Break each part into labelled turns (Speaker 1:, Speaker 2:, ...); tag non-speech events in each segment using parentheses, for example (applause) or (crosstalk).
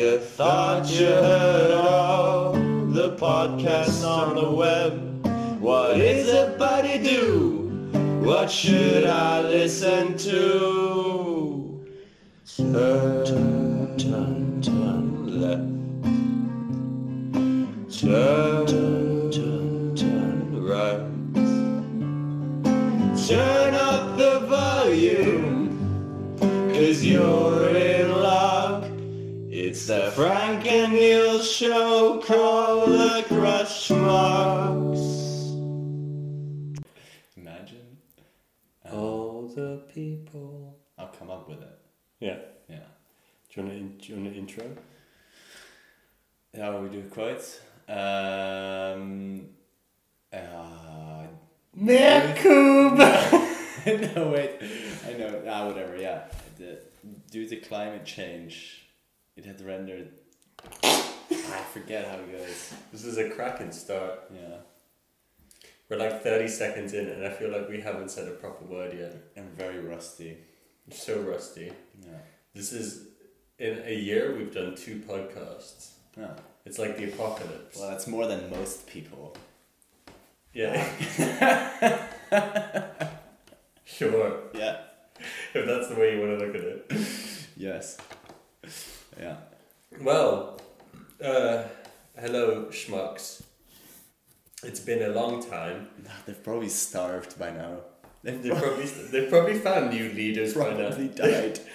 Speaker 1: Thought you heard all the podcasts on the web. What is a buddy do? What should I listen to? Turn, turn, turn left. Turn, turn, turn right. Turn up the volume, cause you're in luck. It's the Frank and Neil show called the Crush Marks.
Speaker 2: Imagine.
Speaker 3: All the people.
Speaker 2: I'll come up with it.
Speaker 3: Yeah.
Speaker 2: Yeah.
Speaker 3: Do you want to, in, do you want to intro?
Speaker 2: How will we do quotes? Um. Uh,
Speaker 3: Merkub!
Speaker 2: (laughs) no, wait. I know. Ah, whatever. Yeah. The, due to climate change, it had rendered. I forget how it goes.
Speaker 3: This is a cracking start.
Speaker 2: Yeah.
Speaker 3: We're like 30 seconds in, and I feel like we haven't said a proper word yet.
Speaker 2: I'm very rusty.
Speaker 3: I'm so rusty.
Speaker 2: Yeah.
Speaker 3: This is, in a year, we've done two podcasts.
Speaker 2: No.
Speaker 3: It's like the apocalypse.
Speaker 2: Well, that's more than most people.
Speaker 3: Yeah. (laughs) sure.
Speaker 2: Yeah.
Speaker 3: If that's the way you want to look at it.
Speaker 2: Yes. Yeah.
Speaker 3: Well, uh, hello, schmucks. It's been a long time.
Speaker 2: They've probably starved by now. They've
Speaker 3: They probably they probably found new leaders by
Speaker 2: probably
Speaker 3: now.
Speaker 2: died.
Speaker 3: (laughs)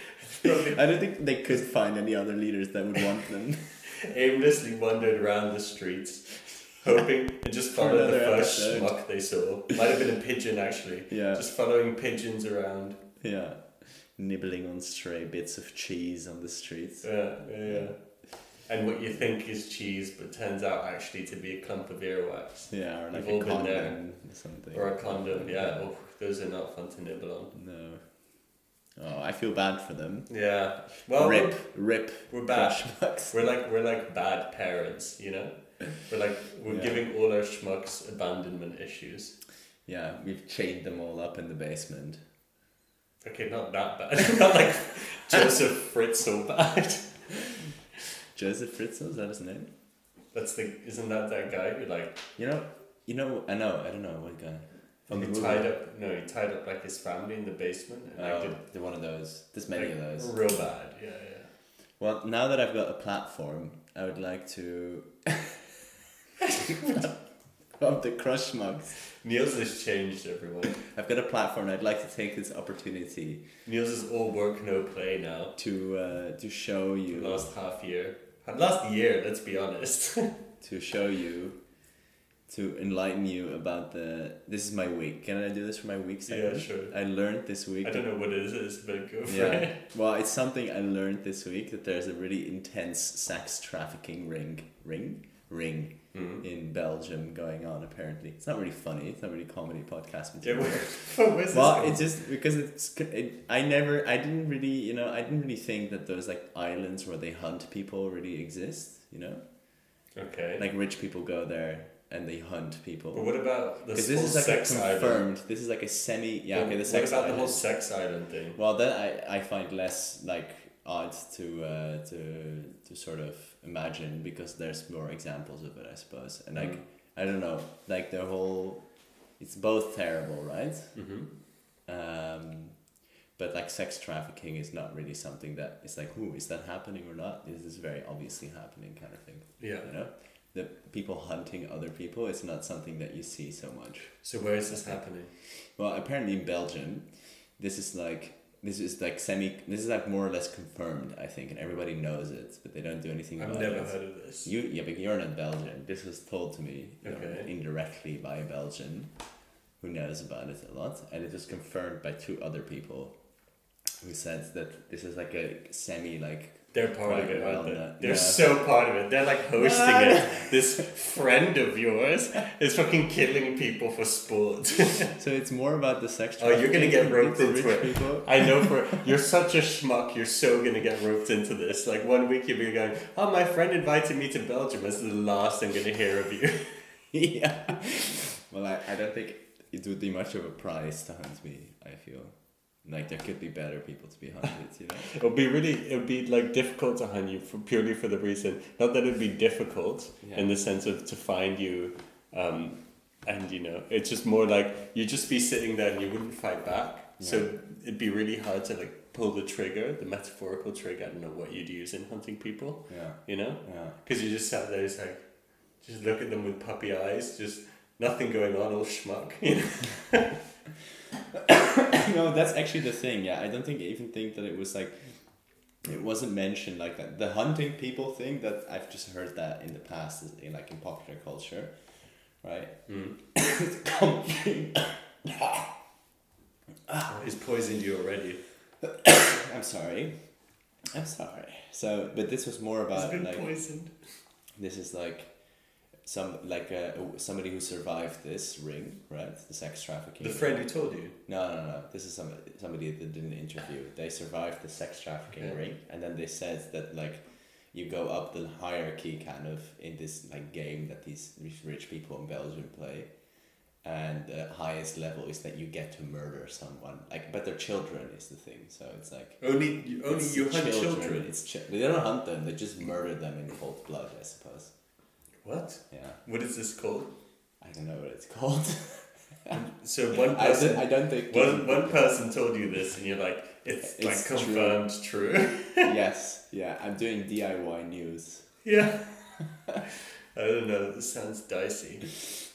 Speaker 3: Probably
Speaker 2: I don't think they could find any other leaders that would want them.
Speaker 3: aimlessly wandered around the streets, hoping and just following the
Speaker 2: another
Speaker 3: first
Speaker 2: episode.
Speaker 3: schmuck they saw. Might have been a pigeon actually.
Speaker 2: Yeah.
Speaker 3: Just following pigeons around.
Speaker 2: Yeah. Nibbling on stray bits of cheese on the streets.
Speaker 3: Yeah, yeah, yeah. And what you think is cheese, but turns out actually to be a clump of earwax
Speaker 2: Yeah, or like
Speaker 3: We've all
Speaker 2: a
Speaker 3: been there.
Speaker 2: condom or something.
Speaker 3: or a condom. Yeah, oh, those are not fun to nibble on.
Speaker 2: No. Oh, I feel bad for them.
Speaker 3: Yeah. Well, we're-
Speaker 2: rip, rip.
Speaker 3: we're back.
Speaker 2: for schmucks.
Speaker 3: We're like we're like bad parents, you know. We're like we're
Speaker 2: Yeah.
Speaker 3: giving all our schmucks abandonment issues.
Speaker 2: Yeah, we've chained them all up in the basement.
Speaker 3: Okay, not that bad. (laughs) not like Joseph Fritz or bad. (laughs)
Speaker 2: Joseph Fritzl, is that his name?
Speaker 3: That's the isn't that that guy who like
Speaker 2: You know, you know, I know, I don't know what guy. From
Speaker 3: he
Speaker 2: the movie.
Speaker 3: tied up no he tied up like his family in the basement and like,
Speaker 2: Oh,
Speaker 3: did
Speaker 2: they're one of those. There's many
Speaker 3: like,
Speaker 2: of those.
Speaker 3: real bad yeah yeah.
Speaker 2: Well, now that I've got a platform, I would like
Speaker 3: (laughs)
Speaker 2: to. (laughs) of the crush mugs.
Speaker 3: Niels has changed everyone.
Speaker 2: I've got a platform. I'd like to take this opportunity
Speaker 3: Niels is all work no play now.
Speaker 2: to uh, to show
Speaker 3: The
Speaker 2: you
Speaker 3: Last half year, last year. Let's be honest. (laughs)
Speaker 2: to show you to enlighten you about the. This is my week. Can I do this for my week?
Speaker 3: yeah,
Speaker 2: Segment?
Speaker 3: sure.
Speaker 2: I learned this week.
Speaker 3: I don't know what it is, but go for it.
Speaker 2: (laughs)
Speaker 3: (laughs)
Speaker 2: Yeah. Well, it's something I learned this week that there's a really intense sex trafficking ring ring ring
Speaker 3: Mhm.
Speaker 2: in Belgium going on apparently. It's not really funny. It's not really comedy podcast
Speaker 3: Yeah,
Speaker 2: material.
Speaker 3: where, (laughs) where's this
Speaker 2: well,
Speaker 3: going?
Speaker 2: it's just because it's. It, I never. I didn't really. You know, I didn't really think that those like islands where they hunt people really exist. You know,
Speaker 3: Okay.
Speaker 2: like rich people go there and they hunt
Speaker 3: but
Speaker 2: people.
Speaker 3: what about the
Speaker 2: Because
Speaker 3: whole
Speaker 2: this is like a
Speaker 3: sex island?
Speaker 2: confirmed. This is like a semi. Yeah. Okay. The
Speaker 3: what
Speaker 2: sex
Speaker 3: about
Speaker 2: island.
Speaker 3: the whole sex island thing?
Speaker 2: Well, that I, I find less like odd to uh, to to sort of imagine because there's more examples of it, I suppose. And like
Speaker 3: Mhm.
Speaker 2: I don't know, like the whole, it's both terrible, right?
Speaker 3: Mm-hmm.
Speaker 2: Um, but like sex trafficking is not really something that it's like, who is that happening or not? This is very obviously happening, kind of thing.
Speaker 3: Yeah.
Speaker 2: You know, the people hunting other people is not something that you see so much.
Speaker 3: So where is this happening?
Speaker 2: Well, apparently in Belgium, this is like this is like semi. This is like more or less confirmed, I think, and everybody knows it, but they don't do anything
Speaker 3: I've
Speaker 2: about
Speaker 3: never
Speaker 2: it.
Speaker 3: heard of this.
Speaker 2: You yeah, but you're not Belgian. This was told to me you know,
Speaker 3: Okay.
Speaker 2: indirectly by a Belgian, who knows about it a lot, and it was confirmed by two other people, who said that this is like a semi like.
Speaker 3: They're part of
Speaker 2: Right,
Speaker 3: it,
Speaker 2: well,
Speaker 3: aren't they?
Speaker 2: no-
Speaker 3: They're
Speaker 2: no.
Speaker 3: so part of it. They're like hosting
Speaker 2: No.
Speaker 3: it. (laughs) This friend of yours is fucking killing people for sport.
Speaker 2: So it's more about the sex.
Speaker 3: Oh, you're gonna get
Speaker 2: trafficking
Speaker 3: roped
Speaker 2: to
Speaker 3: into
Speaker 2: rich
Speaker 3: it. (laughs)
Speaker 2: people. (laughs)
Speaker 3: I know for you're such a schmuck. You're so gonna get roped into this. Like one week you'll be going, "Oh, my friend invited me to Belgium." That's the last I'm gonna hear of you.
Speaker 2: yeah. Well, I, I don't think it would be much of a prize to hunt me. I feel. Like there could be better people to be hunted, you know.
Speaker 3: It would be really, it would be like difficult to hunt you for, purely for the reason, not that it would be difficult
Speaker 2: Yeah.
Speaker 3: in the sense of to find you, um, and you know, it's just more like you'd just be sitting there and you wouldn't fight back. So it'd be really hard to like pull the trigger, the metaphorical trigger. I don't know what you'd use in hunting people,
Speaker 2: Yeah.
Speaker 3: you know,
Speaker 2: Yeah.
Speaker 3: because you just sat there, it's like, just look at them with puppy eyes, just nothing going on, all schmuck. (laughs) You know?
Speaker 2: no, that's actually the thing. Yeah, I don't think even think that it was like, it wasn't mentioned like that. The hunting people thing that I've just heard that in the past, is in, like in popular culture, right? (coughs) it's coming. (coughs)
Speaker 3: Ah. It's poisoned you already.
Speaker 2: I'm sorry. I'm sorry. So, but this was more
Speaker 3: It's
Speaker 2: about
Speaker 3: been
Speaker 2: like
Speaker 3: poisoned.
Speaker 2: this is like some like a, somebody who survived this ring, right? The sex trafficking.
Speaker 3: The friend who told you.
Speaker 2: No, no, no. This is somebody, somebody that did an interview. They survived the sex trafficking
Speaker 3: Okay.
Speaker 2: ring, and then they said that like you go up the hierarchy kind of in this like game that these rich, rich people in Belgium play, and the highest level is that you get to murder someone. Like, but their children is the thing. So it's like
Speaker 3: Only, you- only
Speaker 2: it's
Speaker 3: you hunt children.
Speaker 2: It's chi- they don't hunt them. They just murder them in cold blood. I suppose.
Speaker 3: What?
Speaker 2: Yeah,
Speaker 3: What is this called?
Speaker 2: I don't know what it's (laughs) called.
Speaker 3: So one
Speaker 2: I don't,
Speaker 3: person,
Speaker 2: I don't think. (laughs)
Speaker 3: one, one person told you this, and you're like, it's,
Speaker 2: It's
Speaker 3: like
Speaker 2: true.
Speaker 3: confirmed true. (laughs)
Speaker 2: yes. Yeah, I'm doing DIY news.
Speaker 3: yeah. (laughs) I don't know. This sounds dicey.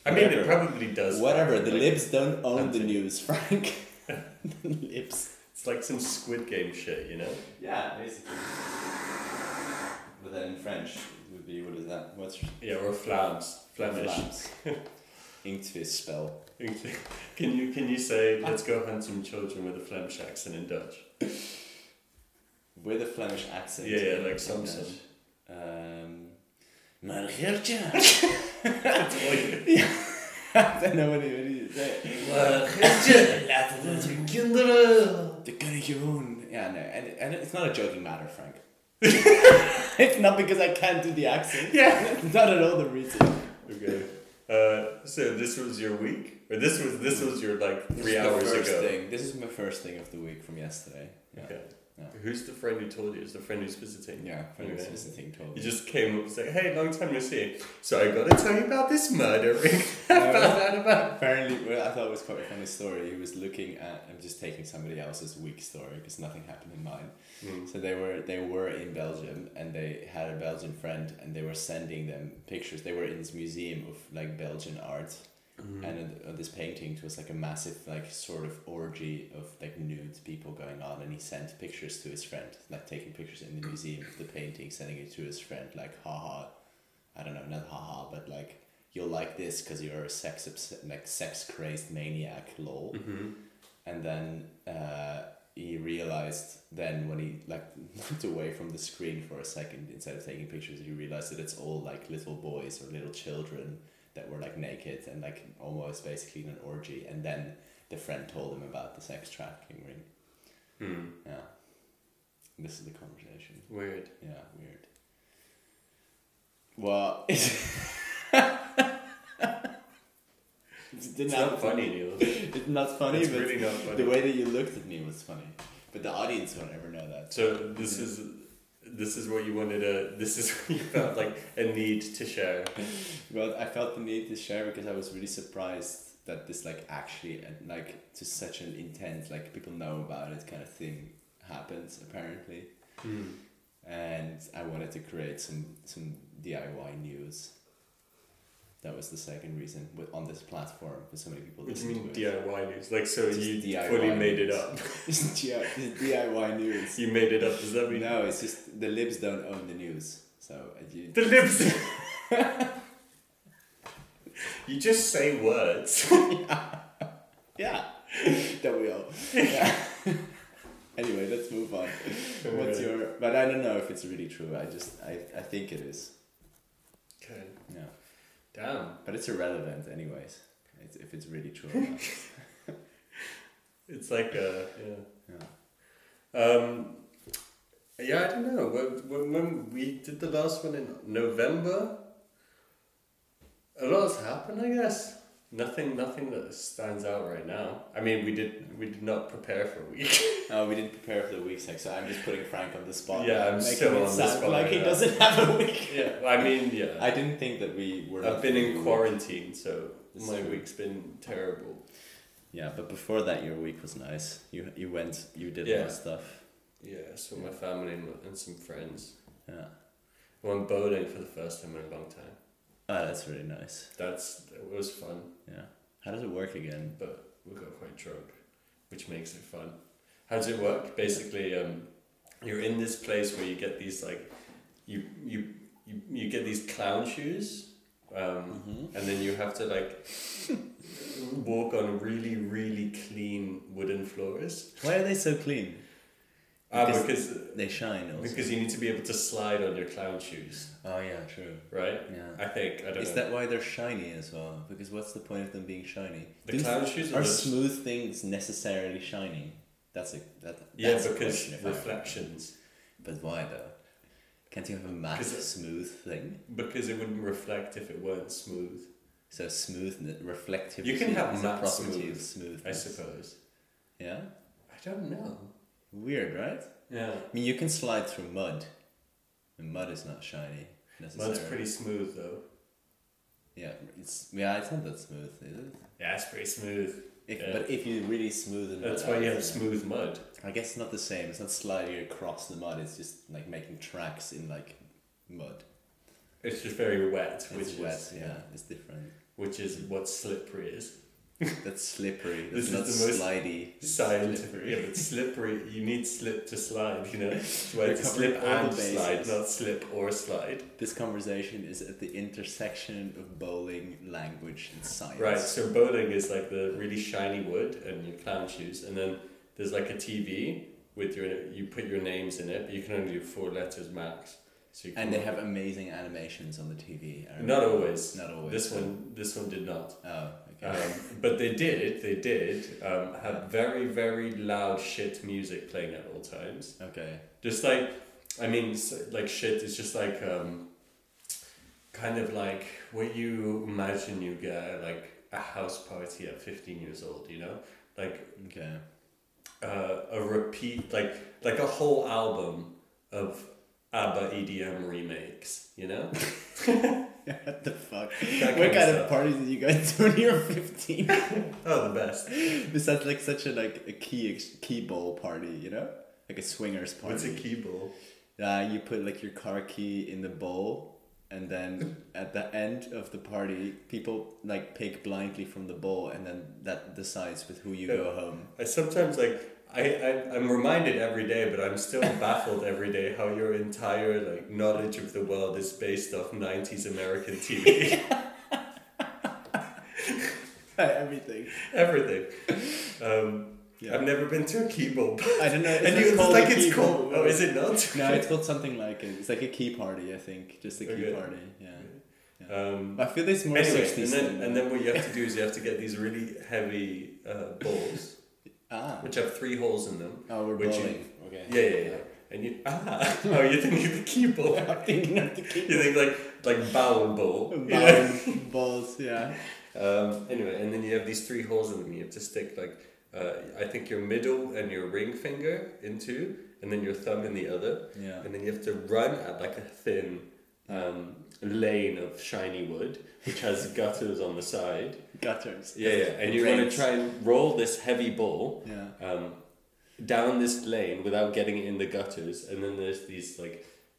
Speaker 3: I mean, it
Speaker 2: Whatever.
Speaker 3: probably does.
Speaker 2: Whatever,
Speaker 3: sound
Speaker 2: the
Speaker 3: like-
Speaker 2: libs don't own the
Speaker 3: Hunting.
Speaker 2: news, (laughs) Frank. the libs.
Speaker 3: (laughs) It's like some Squid Game shit, you know.
Speaker 2: Yeah, basically. But then in French, it would be what is that? What's
Speaker 3: Yeah, or Flams, Flemish.
Speaker 2: Vlaams.
Speaker 3: (laughs)
Speaker 2: Inktvis spell?
Speaker 3: Can you can you say let's go hunt some children with a Flemish accent
Speaker 2: (laughs)
Speaker 3: in Dutch?
Speaker 2: With a Flemish accent.
Speaker 3: Yeah, yeah, like some-
Speaker 2: Dutch.
Speaker 3: some.
Speaker 2: Um, Maar Gertje!
Speaker 3: That's all you-
Speaker 2: (laughs) I don't know what it is. Hey,
Speaker 3: Maar Gertje, laten we onze kinderen.
Speaker 2: Dat kan ik gewoon. Yeah, no, and, and it's not a joking matter, (laughs) Frank. it's not because I can't do the accent.
Speaker 3: Yeah.
Speaker 2: (laughs) not at all the reason.
Speaker 3: Okay. Uh, so this was your week, or this was this was your like three
Speaker 2: This is the
Speaker 3: hours
Speaker 2: first
Speaker 3: ago.
Speaker 2: Thing. This is my first thing of the week from yesterday. Yeah.
Speaker 3: Okay.
Speaker 2: Yeah.
Speaker 3: Who's the friend who told you? It's the friend who's visiting.
Speaker 2: Yeah, friend was
Speaker 3: Okay.
Speaker 2: visiting
Speaker 3: You
Speaker 2: told (laughs)
Speaker 3: just came up and said, "Hey, long time no see." So I gotta tell you about this
Speaker 2: (laughs)
Speaker 3: murdering.
Speaker 2: No.
Speaker 3: About- about-
Speaker 2: Apparently, well, I thought it was quite a funny story. He was looking at, I'm just taking somebody else's week story because nothing happened in mine.
Speaker 3: Mm.
Speaker 2: So they were they were in Belgium and they had a Belgian friend and they were sending them pictures. They were in this museum of like Belgian art
Speaker 3: Mm-hmm.
Speaker 2: and uh, this painting was like a massive like sort of orgy of like nude people going on and he sent pictures to his friend like taking pictures in the museum of the painting sending it to his friend like haha I don't know not haha but like you'll like this because you're a sex obs- like sex crazed maniac lol
Speaker 3: Mm-hmm.
Speaker 2: and then uh, he realized then when he like (laughs) looked away from the screen for a second instead of taking pictures he realized that it's all like little boys or little children that were like naked and like almost basically in an orgy and then the friend told him about the sex trafficking ring
Speaker 3: Hmm.
Speaker 2: yeah this is the conversation
Speaker 3: Weird.
Speaker 2: yeah weird well (laughs) it
Speaker 3: It's
Speaker 2: didn't
Speaker 3: not
Speaker 2: happen.
Speaker 3: funny, Neil.
Speaker 2: it's not funny
Speaker 3: It's
Speaker 2: but
Speaker 3: really not funny.
Speaker 2: the way that you looked at me was funny, but the audience won't ever know that.
Speaker 3: So this is this is what you wanted to. This is (laughs) what you felt like a need to share.
Speaker 2: Well, I felt the need to share because I was really surprised that this like actually and like to such an intense like people know about it kind of thing happens apparently, Hmm. and I wanted to create some some DIY news. That was the second reason with on this platform for so many people
Speaker 3: What do
Speaker 2: listen
Speaker 3: you mean
Speaker 2: to it.
Speaker 3: DIY news? Like so
Speaker 2: Just
Speaker 3: you
Speaker 2: DIY
Speaker 3: fully made it
Speaker 2: news.
Speaker 3: up.
Speaker 2: (laughs) It's DIY news.
Speaker 3: You made it up. Does that mean
Speaker 2: No, it's just the libs don't own the news, so uh, you
Speaker 3: the lips? (laughs) you just say words.
Speaker 2: Yeah. (laughs) that we all. Yeah. (laughs) anyway, let's move on. What's
Speaker 3: Okay.
Speaker 2: your? But I don't know if it's really true. I just I, I think it is.
Speaker 3: Okay.
Speaker 2: Yeah.
Speaker 3: Damn.
Speaker 2: But it's irrelevant, anyways. It's, if it's really true. Or
Speaker 3: (laughs)
Speaker 2: not.
Speaker 3: It's like a
Speaker 2: Yeah.
Speaker 3: yeah. Um, yeah, I don't know. When, when, when we did the last one in November, a lot has happened, I guess. Nothing, nothing that stands out right now. I mean, we did, we did not prepare for a week.
Speaker 2: No, we didn't prepare for the week sex, so I'm just putting Frank on the spot.
Speaker 3: Yeah, I'm
Speaker 2: making
Speaker 3: still
Speaker 2: it
Speaker 3: on the
Speaker 2: sound
Speaker 3: spot
Speaker 2: like
Speaker 3: right
Speaker 2: he
Speaker 3: now.
Speaker 2: doesn't (laughs) have a week.
Speaker 3: yeah, (laughs) I mean, yeah.
Speaker 2: I didn't think that we were.
Speaker 3: I've
Speaker 2: not
Speaker 3: been
Speaker 2: gonna do
Speaker 3: in
Speaker 2: a
Speaker 3: quarantine, so
Speaker 2: This
Speaker 3: my
Speaker 2: is a-
Speaker 3: week's been terrible.
Speaker 2: week. Yeah, but before that, your week was nice. You you went, you did a lot
Speaker 3: Yeah.
Speaker 2: of stuff.
Speaker 3: Yeah, so my family and, and some friends.
Speaker 2: Yeah,
Speaker 3: I went bowling for the first time in a long time.
Speaker 2: ah, that's really nice.
Speaker 3: That's it was fun,
Speaker 2: Yeah, how does it work again?
Speaker 3: but we got quite drunk, which makes it fun. How does it work? Basically, um, you're in this place where you get these like, you you you, you get these clown shoes, um,
Speaker 2: Mhm.
Speaker 3: and then you have to like walk on really really clean wooden floors.
Speaker 2: Why are they so clean?
Speaker 3: Ah,
Speaker 2: Because-
Speaker 3: because
Speaker 2: They shine. Also.
Speaker 3: because you need to be able to slide on your clown shoes,
Speaker 2: oh yeah, true.
Speaker 3: right?
Speaker 2: Yeah.
Speaker 3: I think I don't
Speaker 2: Is
Speaker 3: know.
Speaker 2: that why they're shiny as well? Because what's the point of them being shiny?
Speaker 3: the
Speaker 2: Didn't-
Speaker 3: clown shoes
Speaker 2: are
Speaker 3: the-
Speaker 2: smooth things necessarily shiny? That's a that,
Speaker 3: Yeah,
Speaker 2: that's a
Speaker 3: because
Speaker 2: question if I remember.
Speaker 3: reflections.
Speaker 2: But why though? Can't you have a matte
Speaker 3: 'Cause it-
Speaker 2: smooth thing?
Speaker 3: Because it wouldn't reflect if it weren't smooth.
Speaker 2: So smooth, reflective.
Speaker 3: You can have
Speaker 2: is a
Speaker 3: matte
Speaker 2: property
Speaker 3: smooth,
Speaker 2: of smoothness.
Speaker 3: I suppose.
Speaker 2: Yeah.
Speaker 3: I don't know.
Speaker 2: Weird, right?
Speaker 3: Yeah.
Speaker 2: I mean, you can slide through mud, and mud is not shiny necessarily.
Speaker 3: Mud's pretty smooth though.
Speaker 2: Yeah, it's yeah, it's not that smooth, is it?
Speaker 3: Yeah, it's pretty smooth.
Speaker 2: If,
Speaker 3: Yeah.
Speaker 2: But if you really smooth and
Speaker 3: That's why you have
Speaker 2: smooth.
Speaker 3: smooth mud.
Speaker 2: I guess it's not the same. It's not sliding across the mud. It's just like making tracks in like mud.
Speaker 3: It's just very wet,
Speaker 2: It's
Speaker 3: which is
Speaker 2: wet. yeah, it's different.
Speaker 3: which is what slippery is.
Speaker 2: That's slippery. That's
Speaker 3: This
Speaker 2: not
Speaker 3: is the most
Speaker 2: slidey. It's
Speaker 3: Scientific.
Speaker 2: slippery.
Speaker 3: Yeah, but slippery. You need slip to slide.
Speaker 2: (laughs)
Speaker 3: You know, it's where
Speaker 2: You're
Speaker 3: to
Speaker 2: covering
Speaker 3: slip
Speaker 2: all the
Speaker 3: and slide,
Speaker 2: bases.
Speaker 3: not slip or slide.
Speaker 2: This conversation is at the intersection of bowling, language, and science.
Speaker 3: Right, so bowling is like the really shiny wood and your clown shoes, and then there's like a TV with your you put your names in it, but you can only do four letters max. So you
Speaker 2: And they
Speaker 3: can-
Speaker 2: have amazing animations on the TV. I
Speaker 3: not
Speaker 2: remember.
Speaker 3: always.
Speaker 2: Not always.
Speaker 3: This one, this one did not.
Speaker 2: Oh,
Speaker 3: Um,
Speaker 2: okay.
Speaker 3: but they did. They did um, have very very loud shit music playing at all times.
Speaker 2: okay.
Speaker 3: Just like, I mean, s- like shit is just like, um, kind of like what you imagine you get at like a house party at 15 years old, you know? Like
Speaker 2: Okay. (laughs)
Speaker 3: uh, a repeat, like like a whole album of ABBA EDM remakes, you know?
Speaker 2: what the fuck?
Speaker 3: That
Speaker 2: what
Speaker 3: kind of
Speaker 2: kind of
Speaker 3: stuff.
Speaker 2: parties did you guys do when you were fifteen?
Speaker 3: Oh, the best.
Speaker 2: this sounds like such a like a key ex- key bowl party, you know, like a swingers party.
Speaker 3: What's a key ball?
Speaker 2: Uh, you put like your car key in the bowl, and
Speaker 3: (laughs)
Speaker 2: then at the end of the party, people like pick blindly from the bowl, and then that decides with who you go home.
Speaker 3: I sometimes like. I, I, I'm reminded every day, but I'm
Speaker 2: (laughs)
Speaker 3: still baffled every day how your entire like knowledge of the world is based off 90s American TV.
Speaker 2: (laughs) Everything.
Speaker 3: (laughs) everything. Um,
Speaker 2: Yeah.
Speaker 3: I've never been to a key bowl.
Speaker 2: I don't know.
Speaker 3: (laughs) and
Speaker 2: not
Speaker 3: you, it's like
Speaker 2: a
Speaker 3: it's
Speaker 2: key
Speaker 3: called.
Speaker 2: bowl.
Speaker 3: Oh, is it not?
Speaker 2: (laughs)
Speaker 3: (laughs)
Speaker 2: No, it's called something like it. It's like a key party, I think. Just a key
Speaker 3: Okay.
Speaker 2: party. Yeah.
Speaker 3: Um,
Speaker 2: I feel there's more
Speaker 3: anyway, and
Speaker 2: sixties.
Speaker 3: then, and then what you have to do is you have to get these really heavy uh, balls,
Speaker 2: (laughs) ah,
Speaker 3: which have three holes in them.
Speaker 2: oh, we're
Speaker 3: which you-
Speaker 2: bowling. okay.
Speaker 3: Yeah, yeah, yeah. And you ah, (laughs) oh, you're thinking the key bowl.
Speaker 2: (laughs) I'm thinking of the key
Speaker 3: You think like like bowl bowl. you know? (laughs)
Speaker 2: Bowling balls. Yeah.
Speaker 3: Um, anyway, and then you have these three holes in them. You have to stick like uh, I think your middle and your ring finger into, and then your thumb in the other.
Speaker 2: Yeah.
Speaker 3: and then you have to run at like a thin um, lane of shiny wood, which (laughs) has gutters on the side.
Speaker 2: Gutters.
Speaker 3: Yeah, yeah. And you want to
Speaker 2: Rings.
Speaker 3: try and roll this heavy ball
Speaker 2: Yeah.
Speaker 3: um, down this lane without getting it in the gutters. And then there's these like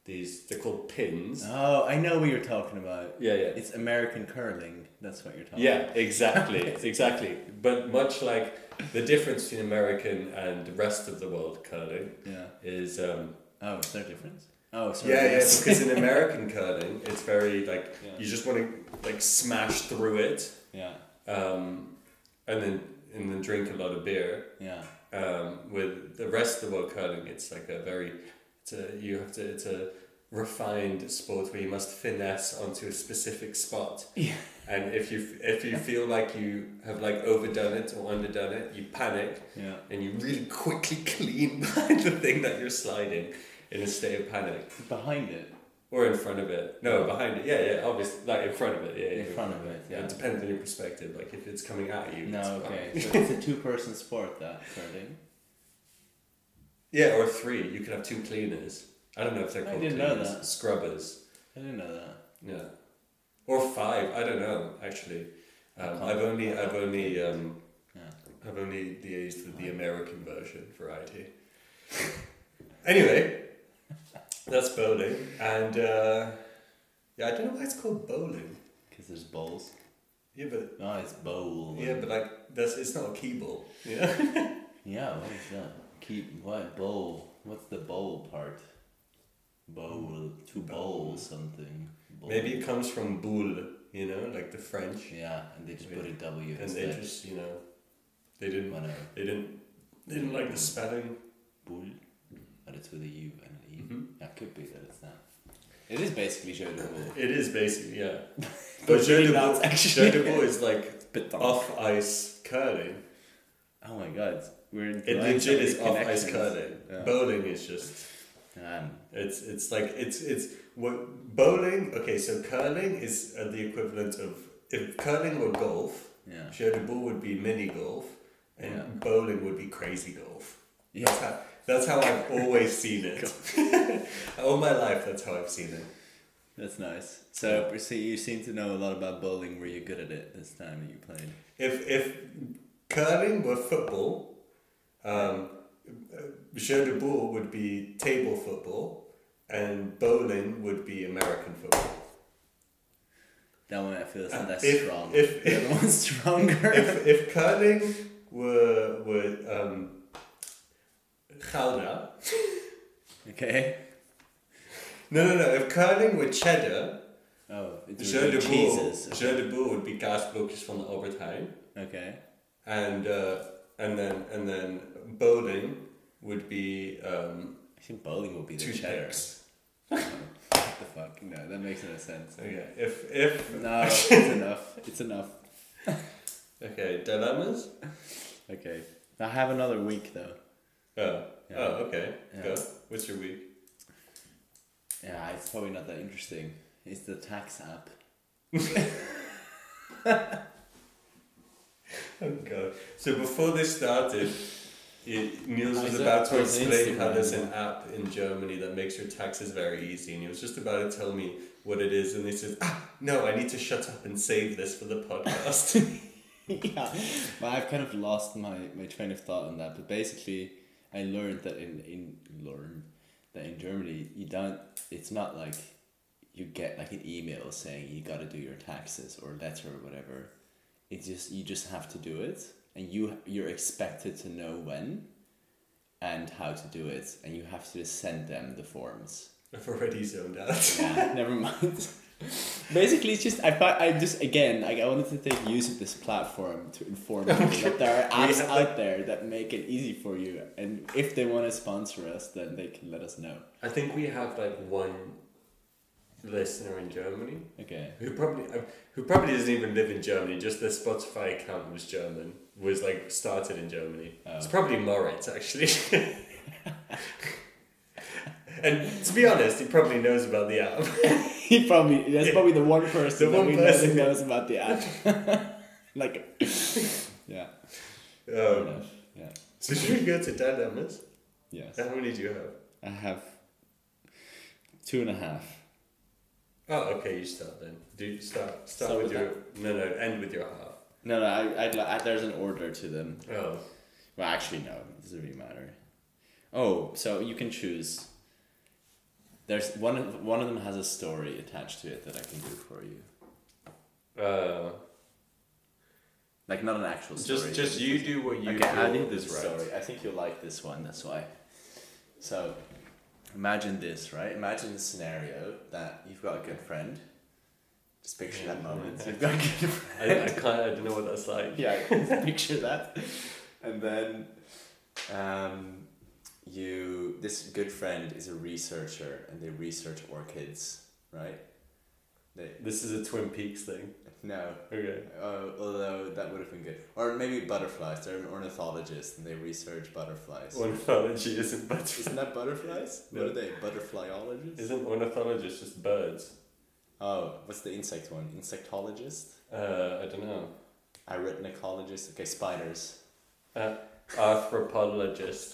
Speaker 3: these they're called pins.
Speaker 2: Oh, I know what you're talking about.
Speaker 3: Yeah, yeah,
Speaker 2: It's American curling. That's what you're talking about.
Speaker 3: yeah. (laughs) Exactly, exactly. But much like the difference between American and the rest of the world curling
Speaker 2: Yeah.
Speaker 3: is. Um,
Speaker 2: Oh, is there a difference? Oh, sorry.
Speaker 3: Yeah, yeah,
Speaker 2: yes.
Speaker 3: because (laughs) in American curling, it's very like
Speaker 2: Yeah.
Speaker 3: you just want to like smash through it,
Speaker 2: yeah.
Speaker 3: um, and then and then drink a lot of beer.
Speaker 2: Yeah.
Speaker 3: Um, with the rest of the world curling, it's like a very, it's a you have to it's a refined sport where you must finesse onto a specific spot.
Speaker 2: Yeah.
Speaker 3: And if you if you feel like you have like overdone it or underdone it, you panic
Speaker 2: Yeah.
Speaker 3: and you really (laughs) quickly clean behind the thing that you're sliding in a state of panic.
Speaker 2: Behind it.
Speaker 3: Or in front of it. No, behind it. Yeah, yeah, obviously. Like in front of it, yeah.
Speaker 2: In
Speaker 3: yeah.
Speaker 2: front of it, yeah.
Speaker 3: It depends on your perspective. Like if it's coming at you.
Speaker 2: No,
Speaker 3: it's fine.
Speaker 2: okay.
Speaker 3: (laughs)
Speaker 2: So it's a two person sport, that curling.
Speaker 3: Yeah, or three. You could have two cleaners. I don't know if they're
Speaker 2: I
Speaker 3: called
Speaker 2: didn't know
Speaker 3: cleaners.
Speaker 2: that.
Speaker 3: Scrubbers.
Speaker 2: I didn't know that.
Speaker 3: Yeah. Or five. I don't know, actually. Um,
Speaker 2: can't-
Speaker 3: I've only,
Speaker 2: I can't
Speaker 3: I've only, um,
Speaker 2: Yeah.
Speaker 3: I've only liaised with the American version variety. (laughs) anyway, that's bowling, and uh, yeah, I don't know why it's called bowling.
Speaker 2: Because there's bowls.
Speaker 3: Yeah, but
Speaker 2: No, it's bowl.
Speaker 3: yeah, but like that's it's not a key ball. Yeah.
Speaker 2: (laughs) Yeah, what is that? Keep what bowl? What's the bowl part? Bowl to bowl something. Bowl.
Speaker 3: Maybe it comes from boule, you know, like the French,
Speaker 2: Yeah, and they just put a W
Speaker 3: and they
Speaker 2: instead.
Speaker 3: just you know, they didn't,
Speaker 2: Whatever.
Speaker 3: they didn't, they didn't like the
Speaker 2: Mm.
Speaker 3: spelling.
Speaker 2: Bull, but it's with a U and an E.
Speaker 3: Mm-hmm.
Speaker 2: That could be that it's not. It is basically jeu de boule.
Speaker 3: It is
Speaker 2: (laughs)
Speaker 3: basically yeah.
Speaker 2: But
Speaker 3: but jeu
Speaker 2: really
Speaker 3: de
Speaker 2: not,
Speaker 3: boule,
Speaker 2: actually.
Speaker 3: jeu de boule is
Speaker 2: (laughs)
Speaker 3: like
Speaker 2: Pétanque.
Speaker 3: off ice curling.
Speaker 2: Oh my god, we're in
Speaker 3: It legit is off ice curling.
Speaker 2: Yeah.
Speaker 3: Bowling is just
Speaker 2: Um,
Speaker 3: it's it's like it's it's what bowling. Okay, so curling is uh, the equivalent of if curling were golf,
Speaker 2: Yeah.
Speaker 3: jeu de boule would be mini golf, and
Speaker 2: Yeah.
Speaker 3: bowling would be crazy golf. That's
Speaker 2: yeah,
Speaker 3: how, that's how I've always
Speaker 2: (laughs)
Speaker 3: seen it. (laughs) All my life, that's how I've seen it.
Speaker 2: that's nice. So, so you seem to know a lot about bowling. Were you good at it this time that you played?
Speaker 3: If if curling were football, um, uh, jeu de boule would be table football, and bowling would be American football.
Speaker 2: (laughs) That one I feel is
Speaker 3: Uh,
Speaker 2: not that
Speaker 3: if-
Speaker 2: strong.
Speaker 3: if-
Speaker 2: the other one's stronger.
Speaker 3: if if curling were were um, Gouda,
Speaker 2: (laughs) okay.
Speaker 3: no no no. If curling were cheddar,
Speaker 2: Oh, it's
Speaker 3: jeu de boule,
Speaker 2: cheeses.
Speaker 3: jeu de boule would be kaasblokjes van de Albert Heijn,
Speaker 2: Okay.
Speaker 3: and uh, and then and then bowling would be um,
Speaker 2: I think bowling will be the cheddar.
Speaker 3: toothpicks.
Speaker 2: (laughs) What the fuck? No, that makes no sense.
Speaker 3: Okay, if if
Speaker 2: No, it's enough. It's enough.
Speaker 3: Okay, dilemmas.
Speaker 2: Okay. I have another week though.
Speaker 3: Oh,
Speaker 2: Yeah.
Speaker 3: oh, okay.
Speaker 2: Yeah.
Speaker 3: Go. What's your week?
Speaker 2: Yeah, it's probably not that interesting. It's the tax app.
Speaker 3: (laughs) Oh God. So before this started, it, Niels
Speaker 2: I
Speaker 3: was
Speaker 2: saw
Speaker 3: about
Speaker 2: it
Speaker 3: to
Speaker 2: on
Speaker 3: explain how
Speaker 2: Instagram.
Speaker 3: there's an app in Germany that makes your taxes very easy, and he was just about to tell me what it is, and he says, "Ah, no, I need to shut up and save this for the podcast." (laughs)
Speaker 2: (laughs) yeah, but I've kind of lost my, my train of thought on that. But basically, I learned that in in learned that in Germany you don't. It's not like you get like an email saying you got to do your taxes or a letter or whatever. It's just you just have to do it, and you you're expected to know when, and how to do it, and you have to just send them the forms.
Speaker 3: I've already zoned out.
Speaker 2: Yeah, (laughs) never mind. Basically, it's just I thought I just again like I wanted to take use of this platform to inform people that there are
Speaker 3: (laughs) We
Speaker 2: apps
Speaker 3: have
Speaker 2: out there that make it easy for you, and if they want to sponsor us, then they can let us know.
Speaker 3: I think we have like one listener in Germany
Speaker 2: Okay. (laughs)
Speaker 3: who probably uh, who probably doesn't even live in Germany. Just their Spotify account was German. Was like started in Germany. It's probably Moritz actually. (laughs) and to be honest, he probably knows about the app. (laughs)
Speaker 2: He probably that's probably the one person
Speaker 3: The
Speaker 2: that
Speaker 3: one
Speaker 2: we know that
Speaker 3: person.
Speaker 2: knows about the app. (laughs) like, yeah. fair
Speaker 3: Um,
Speaker 2: enough. Yeah.
Speaker 3: so should we go to dilemmas? Uh,
Speaker 2: Yes.
Speaker 3: How many do you have?
Speaker 2: I have two and a half.
Speaker 3: Oh, okay. You start then. Do you start start,
Speaker 2: Start with
Speaker 3: with, your no no end with your half.
Speaker 2: No, no. I, I'd, li- I there's an order to them.
Speaker 3: Oh,
Speaker 2: Well, actually, no. It doesn't really matter. Oh, so you can choose. There's one of one of them has a story attached to it that I can do for you.
Speaker 3: uh,
Speaker 2: Like not an actual story.
Speaker 3: just just you do what you.
Speaker 2: okay, I
Speaker 3: feel
Speaker 2: need this
Speaker 3: is right.
Speaker 2: story. I think you'll like this one. That's why. So, imagine this, right? Imagine a scenario that you've got a good friend. Just picture that (laughs) moment. You've got a good
Speaker 3: I,
Speaker 2: friend.
Speaker 3: (laughs) I can't. I don't know what that's like.
Speaker 2: yeah, I (laughs) can picture that. And then um, you, this good friend is a researcher and they research orchids, right? They,
Speaker 3: This is a Twin Peaks thing.
Speaker 2: no,
Speaker 3: Okay.
Speaker 2: Uh, although that would have been good. Or maybe butterflies. They're an ornithologist and they research butterflies.
Speaker 3: Ornithology isn't butterflies.
Speaker 2: Isn't that butterflies? What
Speaker 3: No.
Speaker 2: are they? Butterflyologists?
Speaker 3: Isn't ornithologist just birds?
Speaker 2: oh, what's the insect one? Insectologist?
Speaker 3: Uh, I don't know.
Speaker 2: Arachnicologist? Okay, spiders.
Speaker 3: Uh, arthropodologist.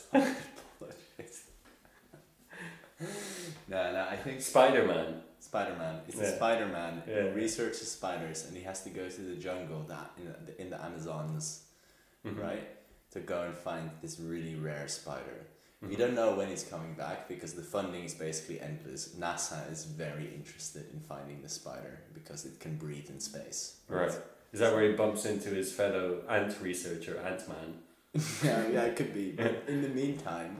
Speaker 2: no, no, I think
Speaker 3: Spider Man.
Speaker 2: Spider Man. It's a
Speaker 3: Yeah.
Speaker 2: Spider Man
Speaker 3: Yeah.
Speaker 2: who researches spiders and he has to go to the jungle that in the, in the Amazons,
Speaker 3: Mm-hmm.
Speaker 2: right? To go and find this really rare spider.
Speaker 3: Mm-hmm.
Speaker 2: We don't know when he's coming back because the funding is basically endless. NASA is very interested in finding the spider because it can breathe in space.
Speaker 3: Right. Is that where he bumps into his fellow ant researcher, Ant Man?
Speaker 2: (laughs) yeah, yeah, it could be. But in the meantime,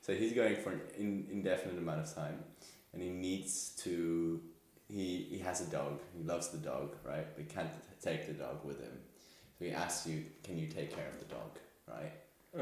Speaker 2: so he's going for an in, indefinite amount of time, and he needs to. He he has a dog. He loves the dog, right? But can't take the dog with him. So he asks you, "Can you take care of the dog?" Right?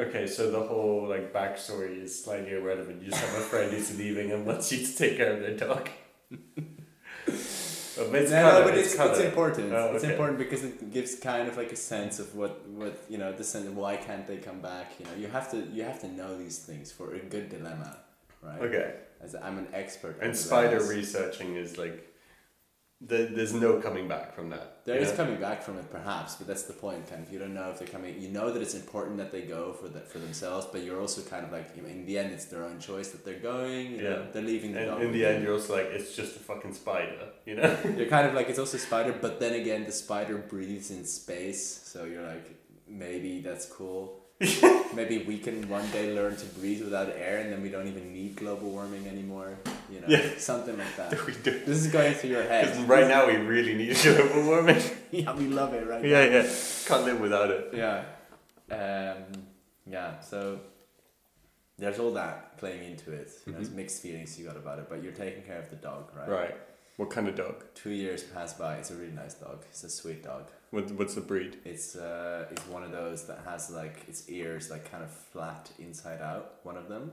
Speaker 3: Okay, so the whole like backstory is slightly irrelevant. You just have a friend who's leaving and wants you to take care of their dog. (laughs) but it's
Speaker 2: no,
Speaker 3: colour,
Speaker 2: no, but it's, it's,
Speaker 3: colour.
Speaker 2: important.
Speaker 3: Oh,
Speaker 2: It's
Speaker 3: okay.
Speaker 2: important because it gives kind of like a sense of what what you know the sense of why can't they come back? You know, you have to you have to know these things for a good dilemma, right?
Speaker 3: Okay,
Speaker 2: As I'm an expert. on
Speaker 3: and
Speaker 2: dilemmas.
Speaker 3: spider researching is like, the, there's no coming back from that.
Speaker 2: There is
Speaker 3: yeah?
Speaker 2: coming back from it, perhaps, but that's the point. Kind of, you don't know if they're coming. You know that it's important that they go for that for themselves, but you're also kind of like, you know, in the end, it's their own choice that they're going. You know,
Speaker 3: Yeah.
Speaker 2: they're leaving. The dog
Speaker 3: And in the
Speaker 2: with
Speaker 3: end,
Speaker 2: you.
Speaker 3: you're also like, it's just a fucking spider, you know? (laughs)
Speaker 2: you're kind of like it's also spider, but then again, the spider breathes in space, so you're like, maybe that's
Speaker 3: (laughs)
Speaker 2: cool. maybe we can one day learn to breathe without air, and then we don't even need global warming anymore. You know,
Speaker 3: Yeah.
Speaker 2: something like that.
Speaker 3: (laughs) we do.
Speaker 2: This is going through your
Speaker 3: Because
Speaker 2: head.
Speaker 3: right now we really need global warming.
Speaker 2: (laughs) yeah, we love it, right?
Speaker 3: yeah, yeah. Can't live without it.
Speaker 2: yeah um, yeah so there's all that playing into it you know, it's mixed feelings you got about it but you're taking care of the dog Mm-hmm. right
Speaker 3: Right. What kind of dog?
Speaker 2: two years pass by it's a really nice dog it's a sweet dog
Speaker 3: What, what's the breed?
Speaker 2: it's uh it's one of those that has like its ears like kind of flat inside out one of them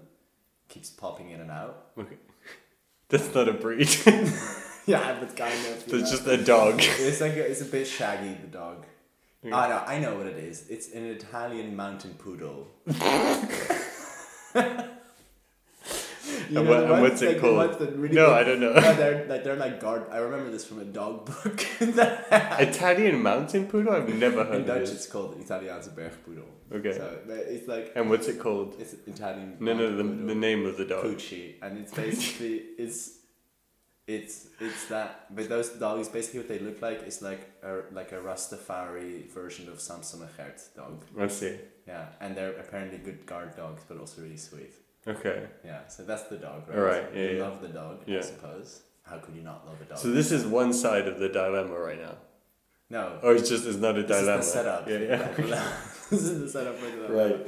Speaker 2: keeps popping in and out
Speaker 3: Okay. (laughs) That's not a breed.
Speaker 2: (laughs)
Speaker 3: (laughs)
Speaker 2: yeah but kind of you
Speaker 3: That's
Speaker 2: know.
Speaker 3: just a dog.
Speaker 2: it's like a, it's a bit shaggy the dog
Speaker 3: Hmm.
Speaker 2: I know, I know what it is. It's an Italian mountain
Speaker 3: (laughs)
Speaker 2: poodle. (laughs) You know
Speaker 3: what-
Speaker 2: the
Speaker 3: and
Speaker 2: ones,
Speaker 3: what's it
Speaker 2: like, the
Speaker 3: called?
Speaker 2: ones that really
Speaker 3: No,
Speaker 2: look-
Speaker 3: I don't know. (laughs)
Speaker 2: No, they're like they're like guard. I remember this from a dog book. In
Speaker 3: Italian mountain poodle? I've never heard of
Speaker 2: Dutch,
Speaker 3: Oh, it.
Speaker 2: it's called Italiaanse bergpoedel.
Speaker 3: Okay.
Speaker 2: So but it's like
Speaker 3: And what's it called?
Speaker 2: it's Italian.
Speaker 3: No, no, the,
Speaker 2: mountain
Speaker 3: the name of the dog.
Speaker 2: poodle, Poochie, and it's
Speaker 3: (laughs)
Speaker 2: basically it's. It's it's that but those dogs basically what they look like is like a like a Rastafari version of Samson Gert dog.
Speaker 3: I see.
Speaker 2: Yeah, and they're apparently good guard dogs, but also really sweet.
Speaker 3: Okay.
Speaker 2: Yeah, so that's the dog, right?
Speaker 3: Alright, yeah,
Speaker 2: you
Speaker 3: yeah.
Speaker 2: love the dog, I
Speaker 3: Yeah.
Speaker 2: suppose. How could you not love a dog?
Speaker 3: So this is one side of the dilemma right now.
Speaker 2: no,
Speaker 3: Or it's just, it's not a
Speaker 2: this
Speaker 3: dilemma.
Speaker 2: is the setup. (laughs)
Speaker 3: Yeah, yeah.
Speaker 2: this is the setup for the
Speaker 3: Right.